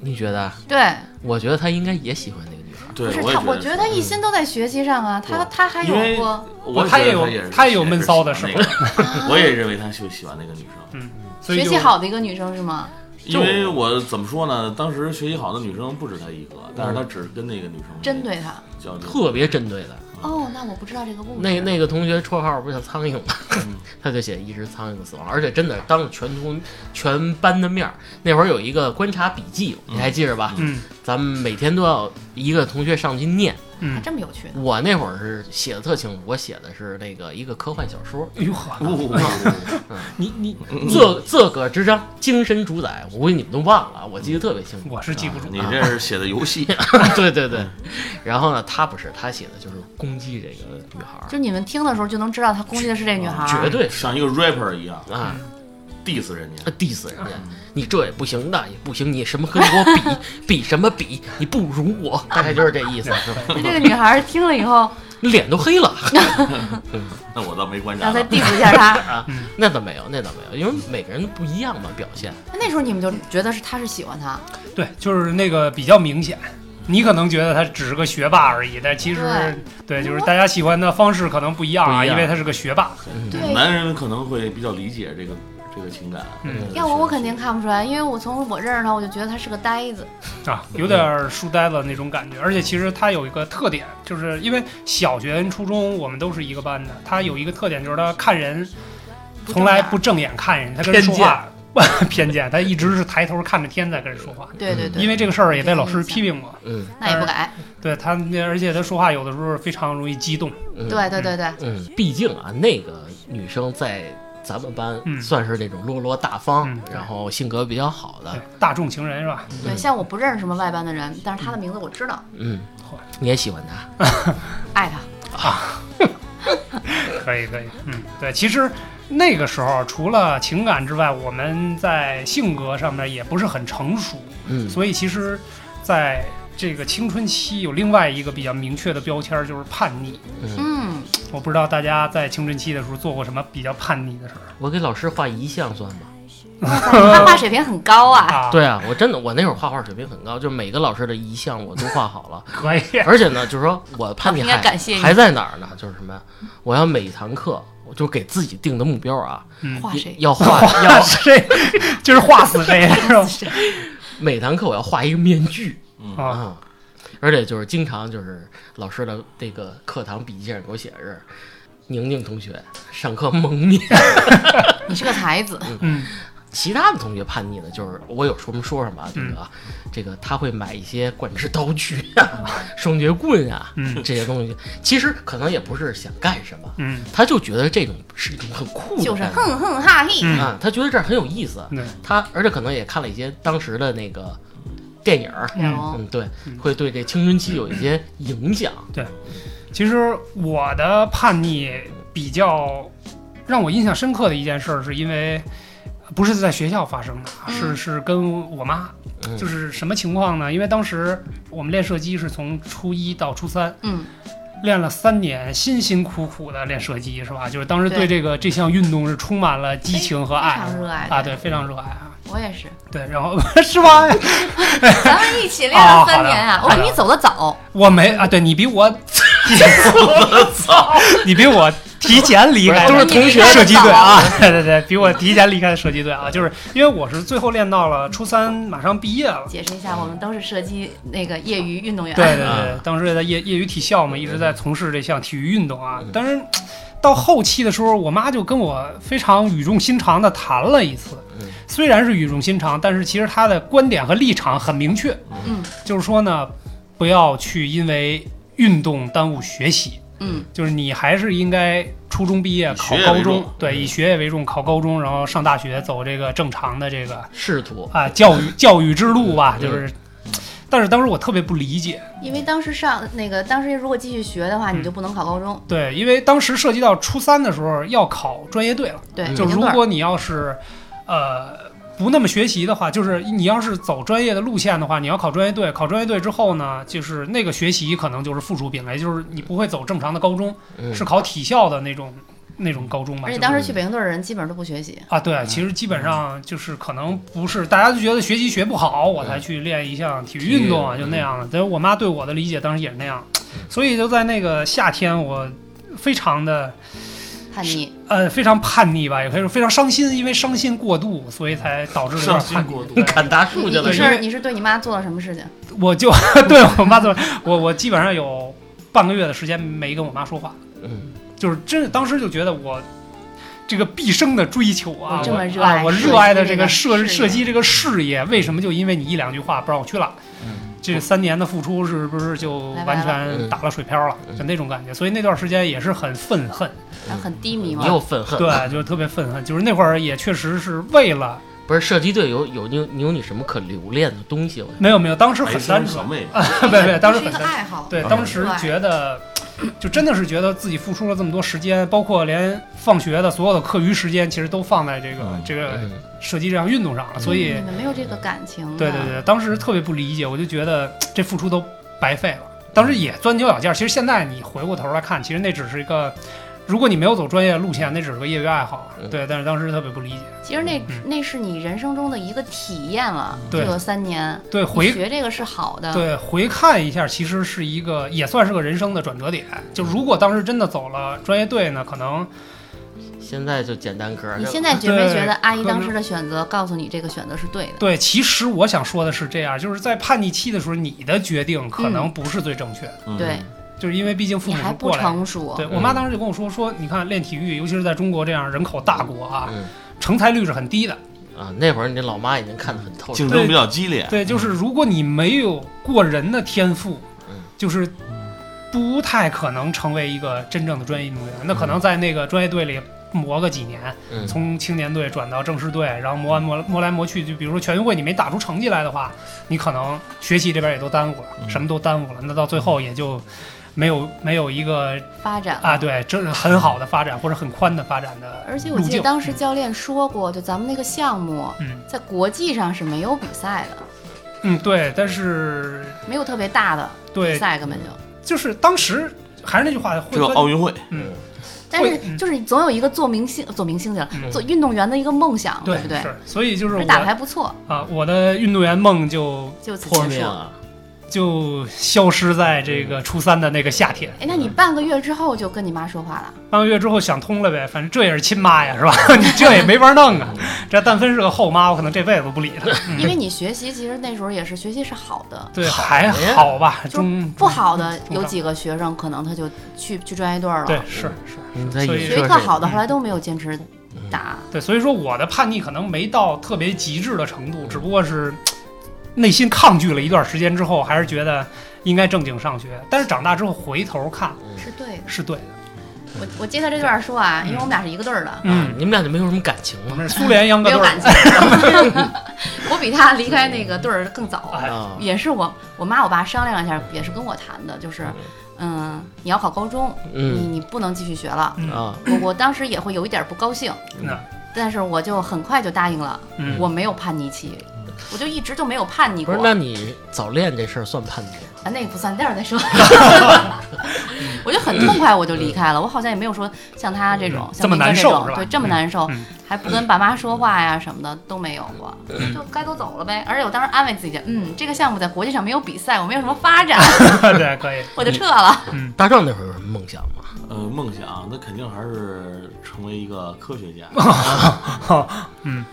你觉得？啊对，我觉得他应该也喜欢那个女孩儿。对不，是我也他，我觉觉嗯得他一心都在学习上啊。他他还因为有过，啊我他觉也得有也是他也有闷骚的喜欢时那个 [LAUGHS] 我也认为他是喜欢那个女生，嗯，所以学就习好的一个女生是吗？因为我怎么说呢？当时学习好的女生不止她一个，但是她只跟那个女生嗯针对她。较 [LAUGHS] 劲，特别针对的嗯哦，那我不知道这个故事。那那个同学绰号不叫苍蝇吗？ [LAUGHS] 他就写一只苍蝇的死亡，而且真的当着全同全班的面儿，那会儿有一个观察笔记，你还记着吧？嗯咱们每天都要一个同学上去念。还嗯，这么有趣呢。我那会儿是写的特清楚，我写的是那个一个科幻小说，哎呦呵，你你这这个之章精神主宰，我估计你们都忘了，我记得特别清楚。我是记不嗯住，啊你这是写的游 [LAUGHS] 戏， [LAUGHS] 对对对，然后呢，他不是，他写的就是攻击这个女嗯孩就你们听的时候就能知道他攻击的是这女孩儿，儿，绝对是像一个 rapper 一样啊。 diss 人家他。diss 人家，你这也不行，那也不行，你什么跟我比，比什么比？你不如我，大概就是这意思，是吧？就这个女孩儿听了以后，脸都黑了， [LAUGHS] 那我倒没观察然后再到，递补一下她。那倒没有，那倒没有，因为每个人不一样嘛，表现。那时候你们就觉得是她是喜欢他，对，就是那个比较明显。你可能觉得他只是个学霸而已，但其实对，就是大家喜欢的方式可能不一样啊，不一样因为他是个学霸。对男人可能会比较理解这个这个情感。呃嗯要我我肯定看不出来，因为我从我认识他，我就觉得他是个呆子。啊，有点书呆子那种感觉。而且其实他有一个特点，就是因为小学跟初中我们都是一个班的，他有一个特点就是他看人不从正来眼不正眼看人，他跟人说话 [LAUGHS] 偏见，他一直是抬头看着天在跟人说话。对对对，因为呃这个事儿也被老师批评过，嗯那也不改。对他，而且他说话有的时候非常容易激动。嗯，对对对对，嗯，毕竟啊，那个女生在咱们班嗯算是那种落落大方，嗯然后性格比较好对的，，大众情人是吧？对，像我不认识什么外班的人，但是他的名字我知道，嗯好，你也喜欢她，爱他。可以可以，嗯，对，其实那个时候除了情感之外，我们在性格上面也不是很成熟，嗯所以其实在这个青春期有另外一个比较明确的标签儿就是叛逆。嗯，嗯，我不知道大家在青春期的时候做过什么比较叛逆的事儿 [LAUGHS] 我给老师画遗像算吗？画画水平很高啊。嗯啊？，对啊，我真的，我那会儿画画水平很高，就每个老师的遗像我都画好 [LAUGHS] 了，可以。而且呢，就是说我叛逆应该还感谢你还在哪儿呢？就是什么呀？我要每堂课，我就给自己定的目标啊，画谁？要画，画要谁， [LAUGHS] 就是画死 [LAUGHS] 谁是吧？每堂课我要画一个面具啊，啊、而且就是经常就是老师的这个课堂笔记上给我写的是。宁宁同学上课蒙面，你是个才子，嗯，其他的同学叛逆呢，就是我有时候说什么啊这个啊、这个他会买一些管制刀具啊、 [LAUGHS] 双截棍啊、嗯这些东西，其实可能也不是想干什么，嗯他就觉得这种是一种很酷的，就是哼哼哈嘿，嗯啊，他觉得这儿很有意思，对他而且可能也看了一些当时的那个电影儿，然后嗯，对，会对这青春期有一些影响，其实我的叛逆比较让我印象深刻的一件事，儿，是因为不是在学校发生的，是是跟我妈，嗯就是什么情况呢？因为当时我们练射击是从初一到初三，嗯，练了三年，辛辛苦苦的练射击，是吧？就是当时对哎对这个这项运动是充满了激情和非爱常热爱啊，对，非常热爱啊，我也 [LAUGHS] 是，对，然后是吧？咱们一起练了三年哦啊，好我的比你走的早，我没啊，对你比我， [LAUGHS] 你比我提前离开，不是都是同学射击队啊，对对对，比我提前离开的射击队啊，就是因为我是最后练到了初三，马上毕业了。解释一下，我们都是射击那个业余运动员，对对对啊，当时也在业业余体校嘛，一直在从事这项体育运动啊。但是到后期的时候，我妈就跟我非常语重心长的谈了一次嗯，虽然是语重心长，但是其实她的观点和立场很明确，嗯就是说呢，不要去因为运动耽误学习。嗯，就是你还是应该初中毕业以考学业高为中重，嗯对，以学业为重考高中，然后上大学走这个正常的这个仕途，啊教育教育之路吧，嗯就是。但是当时我特别不理解，因为当时上那个当时如果继续学的话，你就不能考高中，对，因为当时涉及到初三的时候要考专业队了，对，嗯北就京如队儿果你要是，呃。不那么学习的话，就是你要是走专业的路线的话，你要考专业队，考专业队之后呢，就是那个学习可能就是附属品了，也就是你不会走正常的高中，嗯是考体校的那种那种高中吧。而且就是当时去北京队儿的人基本上都不学习，啊，对，其实基本上就是可能不是大家就觉得学习学不好，我才去练一项体育运动啊，体育就那样的。但是我妈对我的理解当时也是那样，所以就在那个夏天，我非常的叛逆，呃非常叛逆吧，也可以说非常伤心，因为伤心过度，所以才导致这伤种心叛逆过。度对砍大树去你了你对是因吧，是为你是对你妈做了什么事情？我就 [LAUGHS] 对我妈怎么，我我基本上有半个月的时间没跟我妈说话，嗯，就是真当时就觉得我这个毕生的追求啊，我这我么热啊爱我射热击爱的这这个个射事射业击这个事业，为什么就因为你一两句话不让我去了？这三年的付出是不是就拜拜完了全打了水漂了？就那种感觉，所以那段时间也是很愤恨，然后很低迷你嘛，又愤恨，对，就是特别愤恨，就是那会儿也确实是为了不是射击队有有你有你有你什么可留恋的东西？我没有没有，当时很生单什纯，啊么也 [LAUGHS] 不不，当时是很一个单纯。爱好，对，嗯当时觉得，就真的是觉得自己付出了这么多时间，包括连放学的所有的课余时间，其实都放在这个、嗯这个嗯射击这项运动上了。所以你，们嗯没有这个感情啊的，对对对，当时特别不理解，我就觉得这付出都白费了。当时也钻牛角尖儿。其实现在你回过头来看，其实那只是一个，如果你没有走专业路线，那只是个业余爱好嗯。对，但是当时特别不理解。其实那嗯那是你人生中的一个体验了，对这个三年，对，你回学这个是啊好的，对，回看一下，其实是一个也算是个人生的转折点。就如果当时真的走了专业队呢，可能现在就简单歌，你现在觉没对觉得阿姨可能当时的选择告诉你这个选择是对的？对，其实我想说的是这样，就是在叛逆期的时候，你的决定可能不是最正确的，嗯对，就是因为毕竟嗯父你母还是不过来人。成熟，对嗯我妈当时就跟我说说，你看练体育，尤其是在中国这样人口大国啊，嗯成才率是很低的。啊，那会儿你这老妈已经看得很透彻竞，争比较激烈，对，就是如果你没有过人的天赋嗯，就是不太可能成为一个真正的专业运动员。那可能在那个专业队里磨个几年，嗯，从青年队转到正式队，然后磨完磨磨来磨去，就比如说全运会你没打出成绩来的话，你可能学习这边也都耽误了，嗯什么都耽误了，那到最后也就没有没有一个发展了啊，。对，这很好的发展或者很宽的发展的而且我路记径得。当时教练说过，就咱们那个项目嗯在国际上是没有比赛的，嗯，对，但是没有特别大的比对，嗯赛，根本就。就是当时还是那句话，会只有分奥运会，嗯，但是嗯就是总有一个做明星、做明星去了，嗯做运动员的一个梦想，对不对？是，所以就是这我打牌不错，啊，我的运动员梦就就此破结灭束。了，就消失在这个初三的那个夏天。哎，那你半个月之后就跟你妈说话了？半个月之后想通了呗，反正这也是亲妈呀，是吧？ [LAUGHS] 你这也没法弄啊。这但凡是个后妈，我可能这辈子都不理她。因为你学习其实那时候也是学习是好的，对，好还呀好吧，就是中不好的中有几个学生可能他就去去专业队儿对了，是是，你在所以影学射习特谁好的后来都没有坚持打。对，所以说我的叛逆可能没到特别极致的程度，只不过是内心抗拒了一段时间之后，还是觉得应该正经上学。但是长大之后回头看是对的，是对的，我我接他这段说啊，因为我们俩是一个队儿的，嗯，啊你们俩就没有什么感情我了们是苏联秧歌没有队感儿情。 [LAUGHS] 我比他离开那个队儿更早，哎啊？也是我我妈我爸商量了一下，也是跟我谈的，就是，嗯，你要考高中，你嗯你不能继续学了。嗯啊，我我当时也会有一点不高兴，那但是我就很快就答应了，嗯我没有叛逆期，我就一直就没有叛逆不过是，。那你早恋这事儿算叛逆吗？啊，那个不算，待会儿 [LAUGHS] 再说。 [LAUGHS] 我就很痛快，我就离开了。我好像也没有说像他这种嗯像这么斌哥难受种是吧对，这么难受嗯，还不跟爸妈说话呀什么的都没有过，就该都走了呗。而且我当时安慰自己，嗯，这个项目在国际上没有比赛，我没有什么发 [LAUGHS] 展，对可以，我就撤了。大壮那会儿有什么梦想吗？呃，梦想那肯定还是成为一个科学家。 [LAUGHS] 嗯，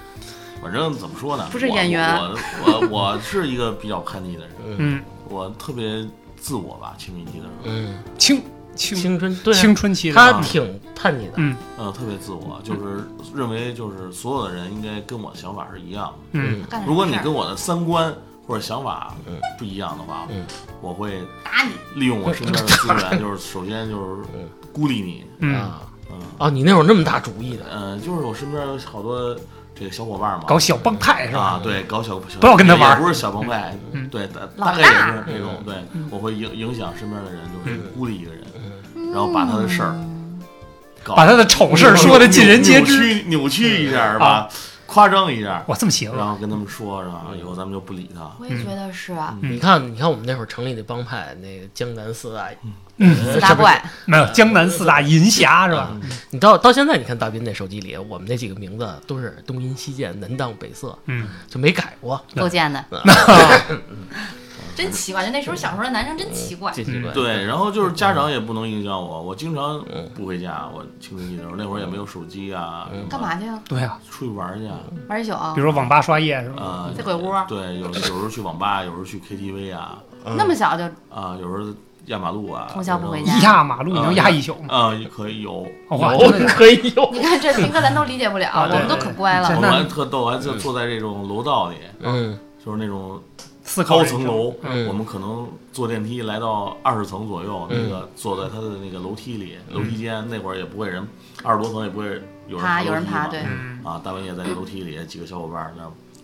反正怎么说呢，不是我演员我我我是一个比较叛逆的人，嗯，我特别自我吧，青春期的时候，嗯，青青青春对啊青春期的他挺叛逆的嗯，呃，特别自我，就是认为就是所有的人应该跟我想法是一样的。嗯干什么如果你事儿跟我的三观或者想法嗯不一样的话，嗯我会打你，利用我身边的资源，就是首先就是嗯孤立你，嗯，啊。嗯哦，你那会儿那么大主意的，呃，就是我身边有好多这个小伙伴嘛，搞小帮派是吧？啊，对，搞小小不要跟他玩儿也不是小帮派嗯，对，大老大概也是那种，对嗯，我会影影响身边的人，就是孤立一个人，嗯然后把他的事儿搞把他的丑事儿说的尽人皆知。啊扭曲扭曲一下吧，夸张一下，哇，嗯这么邪然恶！后跟他们说，然后以后咱们就不理他。我也觉得是啊，嗯你看，你看我们那会儿成立的帮派，那个江南啊呃四大，嗯，四大怪，没有江南四大银侠是吧？你到到现在，你看大斌那手机里，我们那几个名字都是东阴西涧、南荡北涩，嗯，就没改过。构建的嗯， [LAUGHS] [LAUGHS] 真奇怪。就那时候小时候的男生真奇怪，嗯这几个对，然后就是家长也不能影响我，我经常嗯不回家，我青春期的时候那会儿也没有手机啊，什么干嘛去啊？对啊，出去玩去啊？玩一宿啊比？如说网吧刷夜是吧？呃，在鬼屋啊对，有有时候去网吧，有时候去 KTV 啊，那么小就啊，有时候压马路啊，通宵不回家压马路你能压一宿嗯吗？啊，也可以 [LAUGHS] 有。哇，有真的可以有，你看这斌哥咱都理解不了，啊我对们都可乖我对了。们还特逗，还就坐在这种楼道里，嗯就是那种思考高人生层楼，嗯我们可能坐电梯来到二十层左右，嗯那个坐在他的那个楼梯里，楼梯间那会儿也不会人，二十多层也不会有人爬有人楼梯爬嘛对嗯，啊，大半夜在那楼梯里几个小伙伴儿那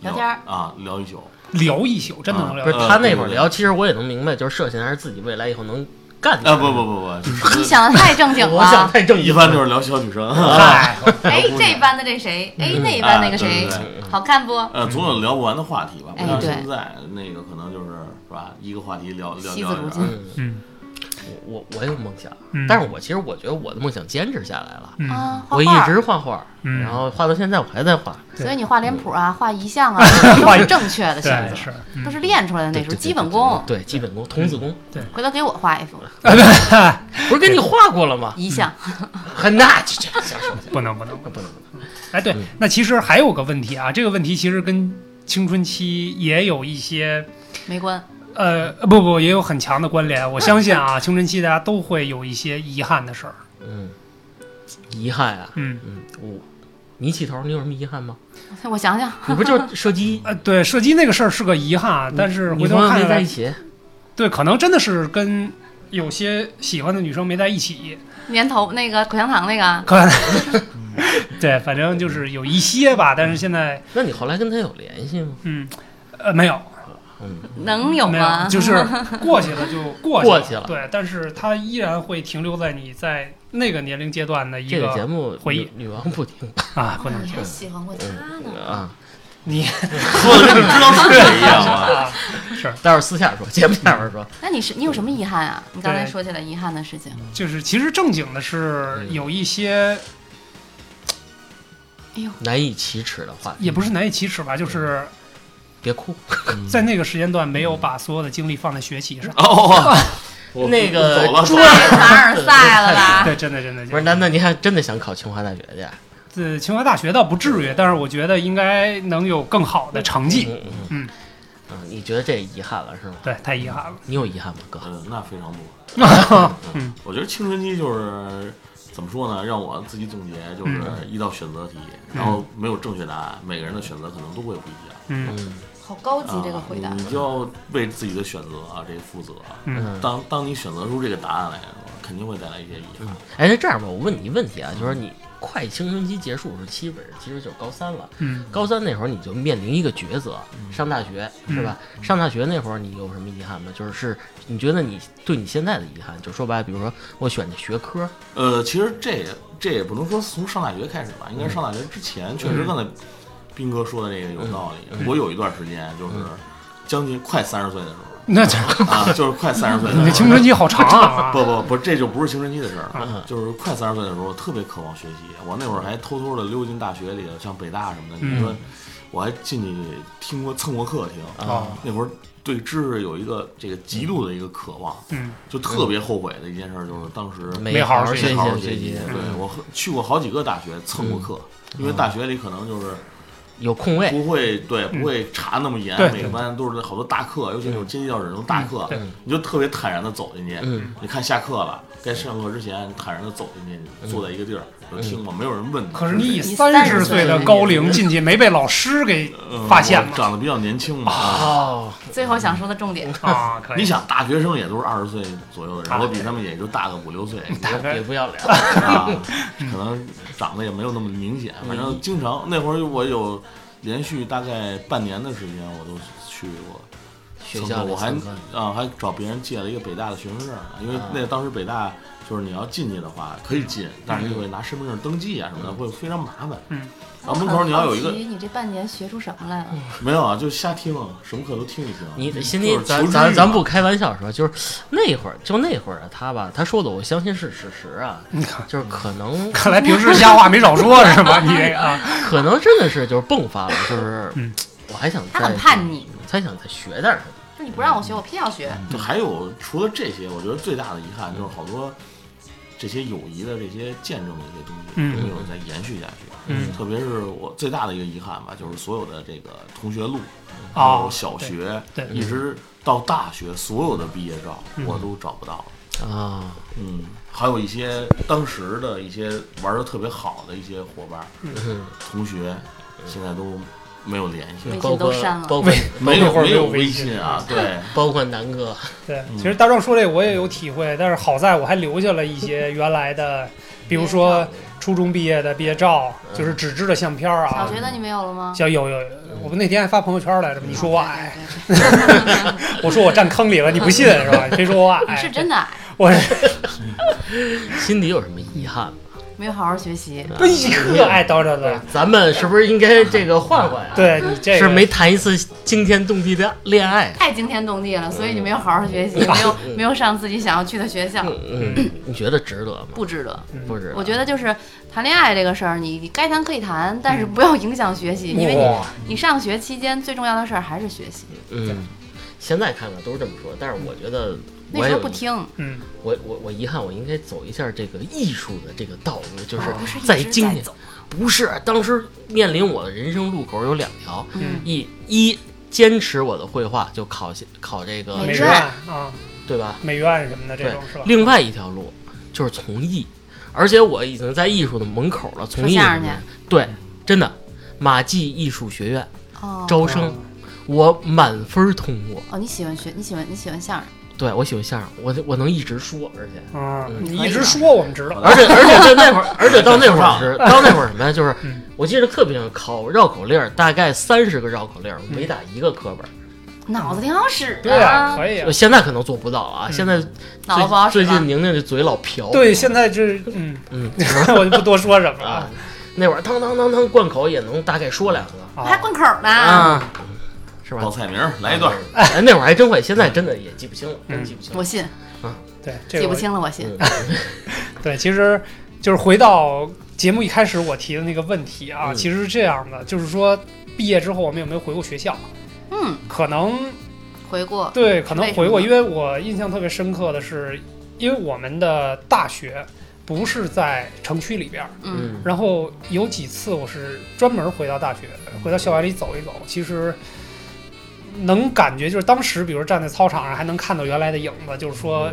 聊天儿啊，聊一宿，聊一宿真的能聊不是一宿。他那会儿聊，其实我也能明白，就是涉嫌还是自己未来以后能干的啊不不不不，就是你想的太正经我想了。太正一义般了，就是聊小女生，嗯啊嗨，哎，这班的这谁？哎，那班那个谁啊对对，好看不？呃，总有聊不完的话题吧，不像哎对现在那个可能就是是吧，一个话题聊聊惜字聊如一金点儿。嗯，嗯我我有梦想，嗯但是我其实我觉得我的梦想坚持下来了，嗯，啊，画我一画。直画画，嗯然后画到现在我还在画，所以你画脸谱啊，画遗像啊，都是正确的选对择，是，都是练出来的。那时候对对对基本功，对基本功童子功，回头给我画一幅不是给你画过了吗？遗像。嗯很那这这瞎说不能不能。不能，哎，对，那其实还有个问题啊，这个问题其实跟青春期也有一些 [LAUGHS] 没关，呃不不也有很强的关联。我相信啊， [LAUGHS] 青春期大家都会有一些遗憾的事儿。嗯，遗憾啊，嗯，？嗯，我你起头，你有什么遗憾吗？我想想，你不就是射击 [LAUGHS] 呃，对，射击那个事儿是个遗憾啊，但是女回头朋友看没看在一起，对，可能真的是跟有些喜欢的女生没在一起，年头那个口香糖那个， [LAUGHS] 可能 [LAUGHS] 对，反正就是有一些吧。但是现在，那你后来跟他有联系吗？嗯，呃，没有，能有没吗有，？就是过去了就过去过去了对，但是它依然会停留在你在那个年龄阶段的一这个节个目回忆女女王不听啊，不能哦你还喜欢过他呢？啊，你说的跟你知道是一样吗？ [LAUGHS] 啊，待会儿私 [LAUGHS] 下说，节目下边说。那你是你有什么遗憾啊？你刚才对说起来遗憾的事情，就是其实正经的是有一些哎呦，难以启齿的话题，也不是难以启齿吧，就是别哭。在那个时间段没有把所有的精力放在学习上。 [LAUGHS] 哦，我那个走 [LAUGHS] 了，走对，了凡尔赛了吧？对，真的真的。不是，难道你还真的想考清华大学去？啊这清华大学倒不至于，但是我觉得应该能有更好的成绩。嗯嗯嗯嗯啊，你觉得这遗憾了是吗？对，太遗憾了。 [LAUGHS] 你有遗憾吗，哥？嗯嗯，那非常多。嗯我觉得青春期就是怎么说呢？让我自己总结就是嗯一道选择题，然后没有正确答案，每个人的选择可能都会不一样。嗯嗯好高级啊这个回答你，就要为自己的选择啊这负责。嗯嗯。当当你选择出这个答案来的时候，肯定会带来一些遗嗯憾。哎，那这样吧，我问你一问题啊，就是你快青春期结束是基本其实就是高三了。嗯高三那会儿你就面临一个抉择，上大学是吧？上大学那会儿你有什么遗憾吗？就是是你觉得你对你现在的遗憾，就说白了，比如说我选的学科，呃，其实这也这也不能说从上大学开始吧，嗯应该是上大学之前，确实刚才斌哥说的这个有道理。嗯我有一段时间就是将近快三十岁的时候那这 [LAUGHS] 啊，就是快三十岁的时你候，的青春期好长 [LAUGHS] 啊！不不不，这就不是青春期的事儿嗯了，就是快三十岁的时候，我特别渴望学习。我那会儿还偷偷的溜进大学里头，像北大什么的，你嗯说我还进去听过蹭过课听。嗯啊，那会儿对知识有一个这个极度的一个渴望，嗯就特别后悔的一件事儿，就是当时没好好好学学没习好好学习嗯习。，嗯对我去过好几个大学蹭过课，因为大学里可能就是有空位，不会对嗯不会查那么严对，每个班都是好多大课，尤其那种阶梯教室那种大课嗯对，你就特别坦然的走进去。嗯你看下课了，该上课之前，坦然的走进去，你坐在一个地儿就听嘛，没有人问你。可是你以你三十30岁岁的的高龄进去，没被老师给呃发现我吗？长得比较年轻嘛。啊哦，最后想说的重点，啊，可以。你想，大学生也都是二十岁左右的人，我比他们也就大个五六 [LAUGHS] 岁，大概也不要脸，啊，可能长得也没有那么明显。反正经常那会儿我有连续大概半年的时间，我都去过学蹭校课里我还蹭课啊啊还找别人借了一个北大的学生证呢，因为那当时北大就是你要进去的话可以嗯进，但是你得拿身份证登记啊什么的，会非常麻烦。嗯，然后门啊口你要有一我个很好奇你这半年学出什么来了？没有啊，就瞎听，什么课都听一听。你心就里是咱求知咱欲咱嘛不开玩笑说，就是那会儿就那会儿啊，他吧，他说的我相信是事实啊，你看，就是可能看来平时瞎话没少说是 [LAUGHS] 吧？你这个啊，可能真的是就是迸发了，就是嗯我还想他很再叛逆，他想再学点儿什么。就你不让我学，我偏要学。嗯就还有除了这些，我觉得最大的遗憾就是好多这些友谊的这些见证的一些东西嗯都没有再延续下去。嗯特别是我最大的一个遗憾吧，就是所有的这个同学录，哦还有小学对嗯对一直到大学所有的毕业照，我都找不到了。啊，嗯，还有一些当时的一些玩的特别好的一些伙伴、嗯，同学，现在都没有联系了微信，包括都删了包括 [LAUGHS] 没没那有会儿没没有有微微信信啊，对。包括南哥，对，嗯其实大壮说这我也有体会，但是好在我还留下了 [LAUGHS] 一些原来的，比如说初中毕业的毕业照，嗯就是纸质的相片儿小啊。学的你没有了吗？小有有，有嗯我们那天还发朋友圈来着，你说我矮，对，对对 [LAUGHS] 我说我站坑里了，嗯你不信 [LAUGHS] 是吧？谁说我你 [LAUGHS] 矮？是真的矮，我心里有什么遗憾啊吗？没有好好学习。哎呀，爱叨叨的，咱们是不是应该这个换换呀？，啊对你这是个没谈一次惊天动地的恋爱。太惊天动地了，所以你没有好好学习，没有没有上自己想要去的学校，嗯，啊你觉得值得吗？不值得。嗯不值得。我觉得就是谈恋爱这个事儿，你该谈可以谈，但是不要影响学习，因为你哇，你上学期间最重要的事儿还是学习。嗯，现在看看都是这么说，但是我觉得那我也有时候不听，嗯，我我我遗憾，我应该走一下这个艺术的这个道路，就是哦不是一直在今年走，不是当时面临我的人生路口有两条，嗯一一坚持我的绘画，就考考这个美美执院业啊，对吧？美院什么的这对种是吧，？另外一条路就是从艺，而且我已经在艺术的门口了，从艺说相什声么去的对，真的马季艺术学院哦招生，我满分通过。哦，你喜欢学，你喜欢你喜欢相声，对我喜欢相声，我我能一直说，而且。嗯，嗯你一直说我们知道，而 [LAUGHS] 且而且就那会儿，而且到那会儿是到那会儿什么呀？就是嗯我记得特别清，考绕口令儿大概三十个绕口令儿，嗯我没打一个课本儿。脑子挺好使对啊，的，可以啊我，现在可能做不到嗯啊，现在脑子不好最最使近吧？宁宁这嘴老瓢。对，现在这嗯，嗯 [LAUGHS] 我就不多说什么啊了，那会儿当当当当贯口也能大概说两个还啊，灌口呢。啊，是吧报？菜名儿来一段，哎，那会儿还真会，现在真的也记不清了，嗯真记不清我了。信，对，这记个不我嗯清了，我信。 [LAUGHS] 对，其实就是回到节目一开始我提的那个问题啊，嗯其实是这样的，就是说毕业之后我们有没有回过学校？嗯，可能回顾对，可能为什回么过，呢因为我印象特别深刻的是，因为我们的大学不是在城区里边儿，嗯，嗯然后有几次我是专门回到大学，回到校园里走一走，其实。能感觉就是当时，比如站在操场上还能看到原来的影子，就是说，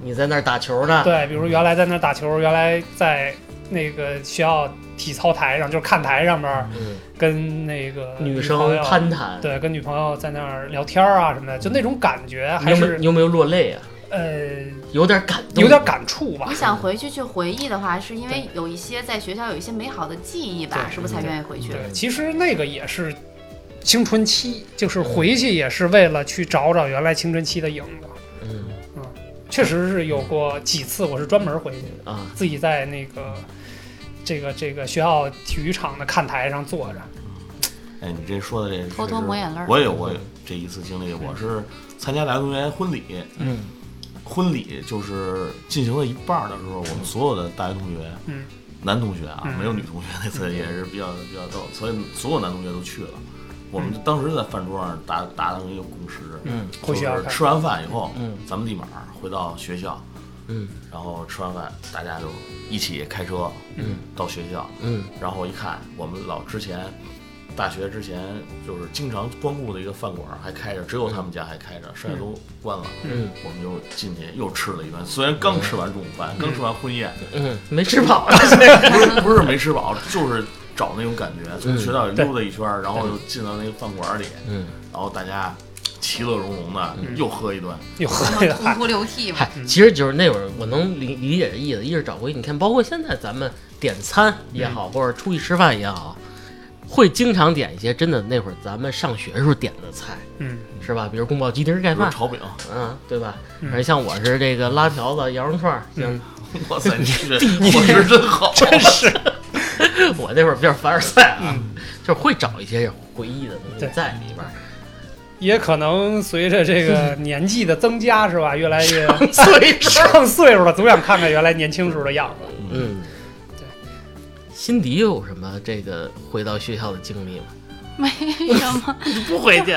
你在那儿打球呢，对，比如原来在那儿打球，原来在那个学校体操台上，就是看台上面儿嗯，跟那个女朋生友攀谈，对，跟女朋友在那儿聊天儿啊什么的，就那种感觉你还有没有是你有没有落泪啊？呃有点感动，有点感触吧你。想回去去回忆的话，是因为有一些在学校有一些美好的记忆吧，对是不是才愿意回去？对，其实那个也是青春期，就是回去也是为了去找找原来青春期的影子。嗯确实是有过几次，我是专门回去的啊，自己在那个这个这个学校体育场的看台上坐着。哎，你这说的这偷偷抹眼泪儿我也有我有这一次经历，我是参加大学同学婚礼，嗯婚礼就是进行到一半儿的时候，我们所有的大学同学，嗯，男同学啊嗯，没有女同学，那次也是比较比较逗，所以所有男同学都去了。我们当时在饭桌上达达成一个共识，嗯回学校就是看吃完饭以后，嗯咱们立马回到学校，嗯然后吃完饭大家就一起开车，嗯，到学校，嗯然后一看，我们老之前大学之前就是经常光顾的一个饭馆还开着，只有他们家还开着，剩下都关了。嗯我们就进去又吃了一顿，虽然刚吃完中午饭，刚吃完婚宴，嗯，没吃饱 [LAUGHS] 啊，不是不是没吃饱，就是找那种感觉，从嗯学校里溜达一圈，然后又进到那个饭馆里，嗯，然后大家其乐融融的嗯又喝一顿，又喝那了么痛哭流涕 [LAUGHS] 吧。嗨，嗯其实就是那会儿我能理理解这意思，一是找回你看，包括现在咱们点餐也好，嗯或者出去吃饭也好，会经常点一些真的那会儿咱们上学时候点的菜，嗯，是吧？比如宫保鸡丁盖比如饭，炒饼， [LAUGHS] 嗯，对吧？嗯而像我是这个拉条子、羊肉串儿，像哇塞，你这伙食真好， [LAUGHS] 真是 [LAUGHS] 我那会儿比较凡尔赛啊，嗯就是会找一些回忆的东西对在里边儿。也可能随着这 [LAUGHS] 个年纪的增加，是吧？越来越所以说， [LAUGHS] 上岁数了，总想看看原来年轻时候的样子。嗯，对。辛迪有什么这个回到学校的经历吗？没什 [LAUGHS] 么，不回去。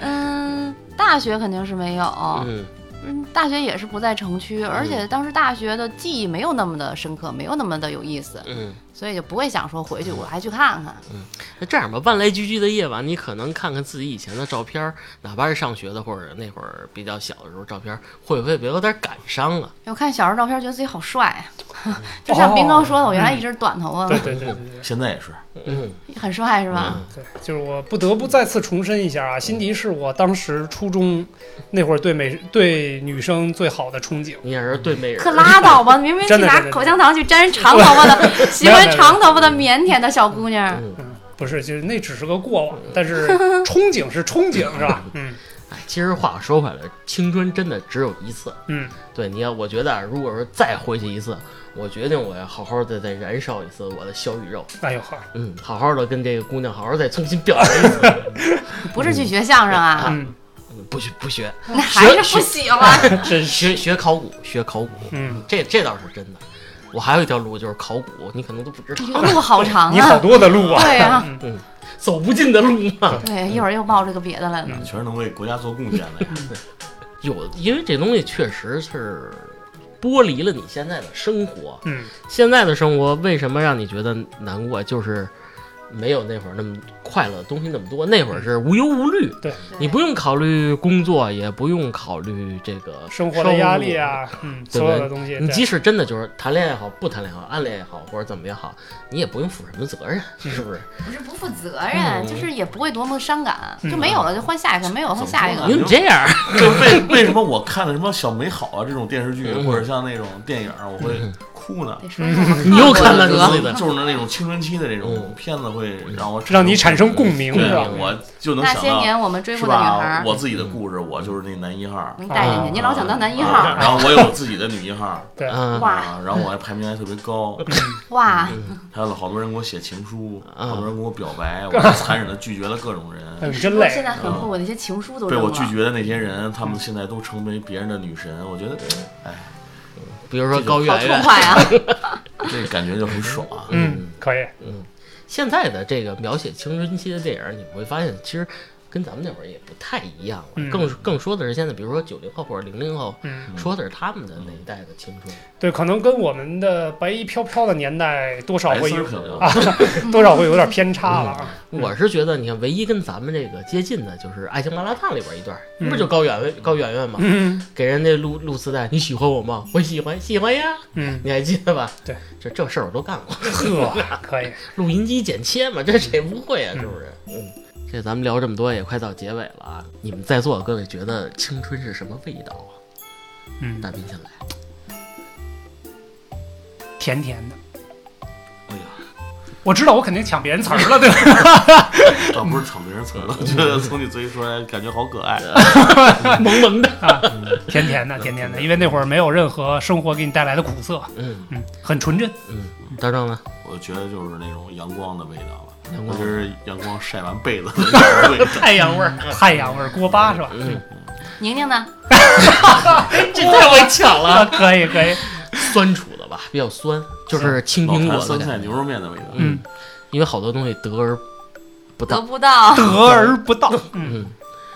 嗯，大学肯定是没有，嗯嗯，大学也是不在城嗯区，而且当时大学的记忆没有那么的深刻，没有那么的有意思，嗯，所以就不会想说回去我还去看看。嗯那这样吧，万籁俱寂的夜晚，你可能看看自己以前的照片儿，哪怕是上学的或者那会儿比较小的时候照片儿，会不会有点感伤啊？我看小时候照片，觉得自己好帅啊， [LAUGHS] 就像斌哥说的，我原来一直短头发哦嗯对，对对对对。现在也是，嗯很帅是吧？嗯对，就是我不得不再次重申一下啊，辛迪是我当时初中那会儿对美对女生最好的憧憬。你也是对美人儿。可拉倒吧！明明去真的拿真的口香糖去粘长头发 [LAUGHS] 的，喜欢长头发的腼腆的小姑娘。嗯，嗯，不是，就是那只是个过往，但是憧憬是憧憬，是 [LAUGHS] 吧？嗯哎，其实话说回来，青春真的只有一次。嗯，对，你要我觉得啊，如果说再回去一次，我决定我要好好的再燃烧一次我的小宇宙，哎呦呵，嗯，好好的跟这个姑娘好好再重新表达一次，不是去学相声啊，嗯，嗯不学不学，那还是不喜欢。真是，学学考古，学考古，嗯，这这倒是真的。我还有一条路就是考古，你可能都不知道，路好长你好啊，多的路啊，对啊，走不尽的路嘛。对，一会儿又冒出个别的来嗯了。全是能为国家做贡献的呀。 [LAUGHS] 有，因为这东西确实是剥离了你现在的生活，嗯，现在的生活为什么让你觉得难过？就是没有那会儿那么快乐的东西那么多，那会儿是无忧无虑，你不用考虑工作，也不用考虑这个生活的压力啊，嗯，对所有的东西，你对即使真的就是谈恋爱也好，不谈恋爱也好，暗恋也好，或者怎么也好，你也不用负什么责任，是不是？不是不负责嗯任，就是也不会多么伤感，就没有了就换下一个，没有换下一啊嗯你个。怎么这样？ [LAUGHS] 就为为什么我看的什么小美好啊这种电视剧，或者像那种电影，我会哭呢？得说一下嗯你又看就了是你自己的，就是那种青春期的这种片子，会让我让你产生共鸣，对是吧？我就能那想些年到我们追是过的女吧？孩，我自己的故事，我就是那男一号，啊能带进去。你老想当男一号，然后我有我自己的女一号，对，嗯哇啊，然后我还排名还特别高，嗯哇，还有好多人给我写情书，嗯好多人跟我表白，我残忍的拒绝了各种哎人。呦，真我现累，在嗯很后悔那些情书都被扔我了。拒绝的那些人，他们现在都成为别人的女神，我觉得，哎，比如说高好圆痛圆，快啊！这感觉就很爽。啊嗯，可以，现在的这个描写青春期的电影，你会发现，其实跟咱们那会儿也不太一样了，嗯更更说的是现在，比如说九零后或者零零后，嗯，说的是他们的那一代的青春。对，可能跟我们的白衣飘飘的年代多少会白丝有儿可能啊， [LAUGHS] 多少会有点偏差了啊。嗯我是觉得，你看，唯一跟咱们这个接近的就是《爱情麻辣烫》里边一段，嗯不就高圆高圆圆吗？嗯给人那录录磁带，你喜欢我吗？我喜欢，喜欢呀，嗯，你还记得吧？对，这这事儿我都干过，呵，嗯可以，录音机剪切嘛，这谁不会啊？是不是？嗯，这咱们聊这么多也快到结尾了啊！你们在座各位觉得青春是什么味道啊？嗯，大斌先来，甜甜的。哎呀，我知道我肯定抢别人词儿了，对吧？ [LAUGHS] 倒不是抢别人词儿了，我觉嗯得从你嘴里说来感觉好可爱。 [LAUGHS] 萌萌的，甜甜的，甜甜的，因为那会儿没有任何生活给你带来的苦涩，嗯嗯，很纯真。嗯，大壮呢？我觉得就是那种阳光的味道吧，阳尤光其，是阳光晒完被 [LAUGHS] 子的那种味道。太阳味儿，太阳味儿锅巴是吧？嗯，宁宁呢？这 [LAUGHS] 太会抢啊，了， [LAUGHS] 可以可以，酸楚的吧，比较酸，就是青老苹坛果的酸感菜觉，牛肉面的味道。嗯，因为好多东西得而不得到，不到，得而不到。嗯，嗯，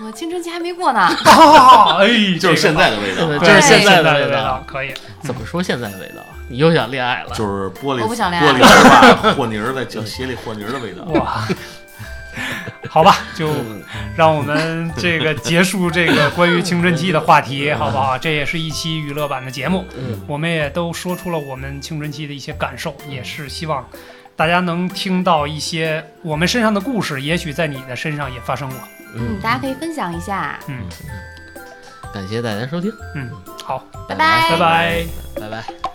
我青春期还没过呢。 [LAUGHS] 啊，哎，就是这现个在的味道，对对就是现现在的的味道道，。可以。怎么说现在的味道？啊你又想恋爱了？就是玻璃我不想啊玻恋爱璃丝袜和泥儿在嗯脚鞋里和泥儿的味道。哇，好吧，就嗯让我们这个结束这个关于青春期的话题，好不好？这也是一期娱乐版的节目，嗯我们也都说出了我们青春期的一些感受，也是希望。大家能听到一些我们身上的故事，也许在你的身上也发生过。嗯，嗯，大家可以分享一下，嗯，感谢大家收听，好，拜拜拜拜。拜拜。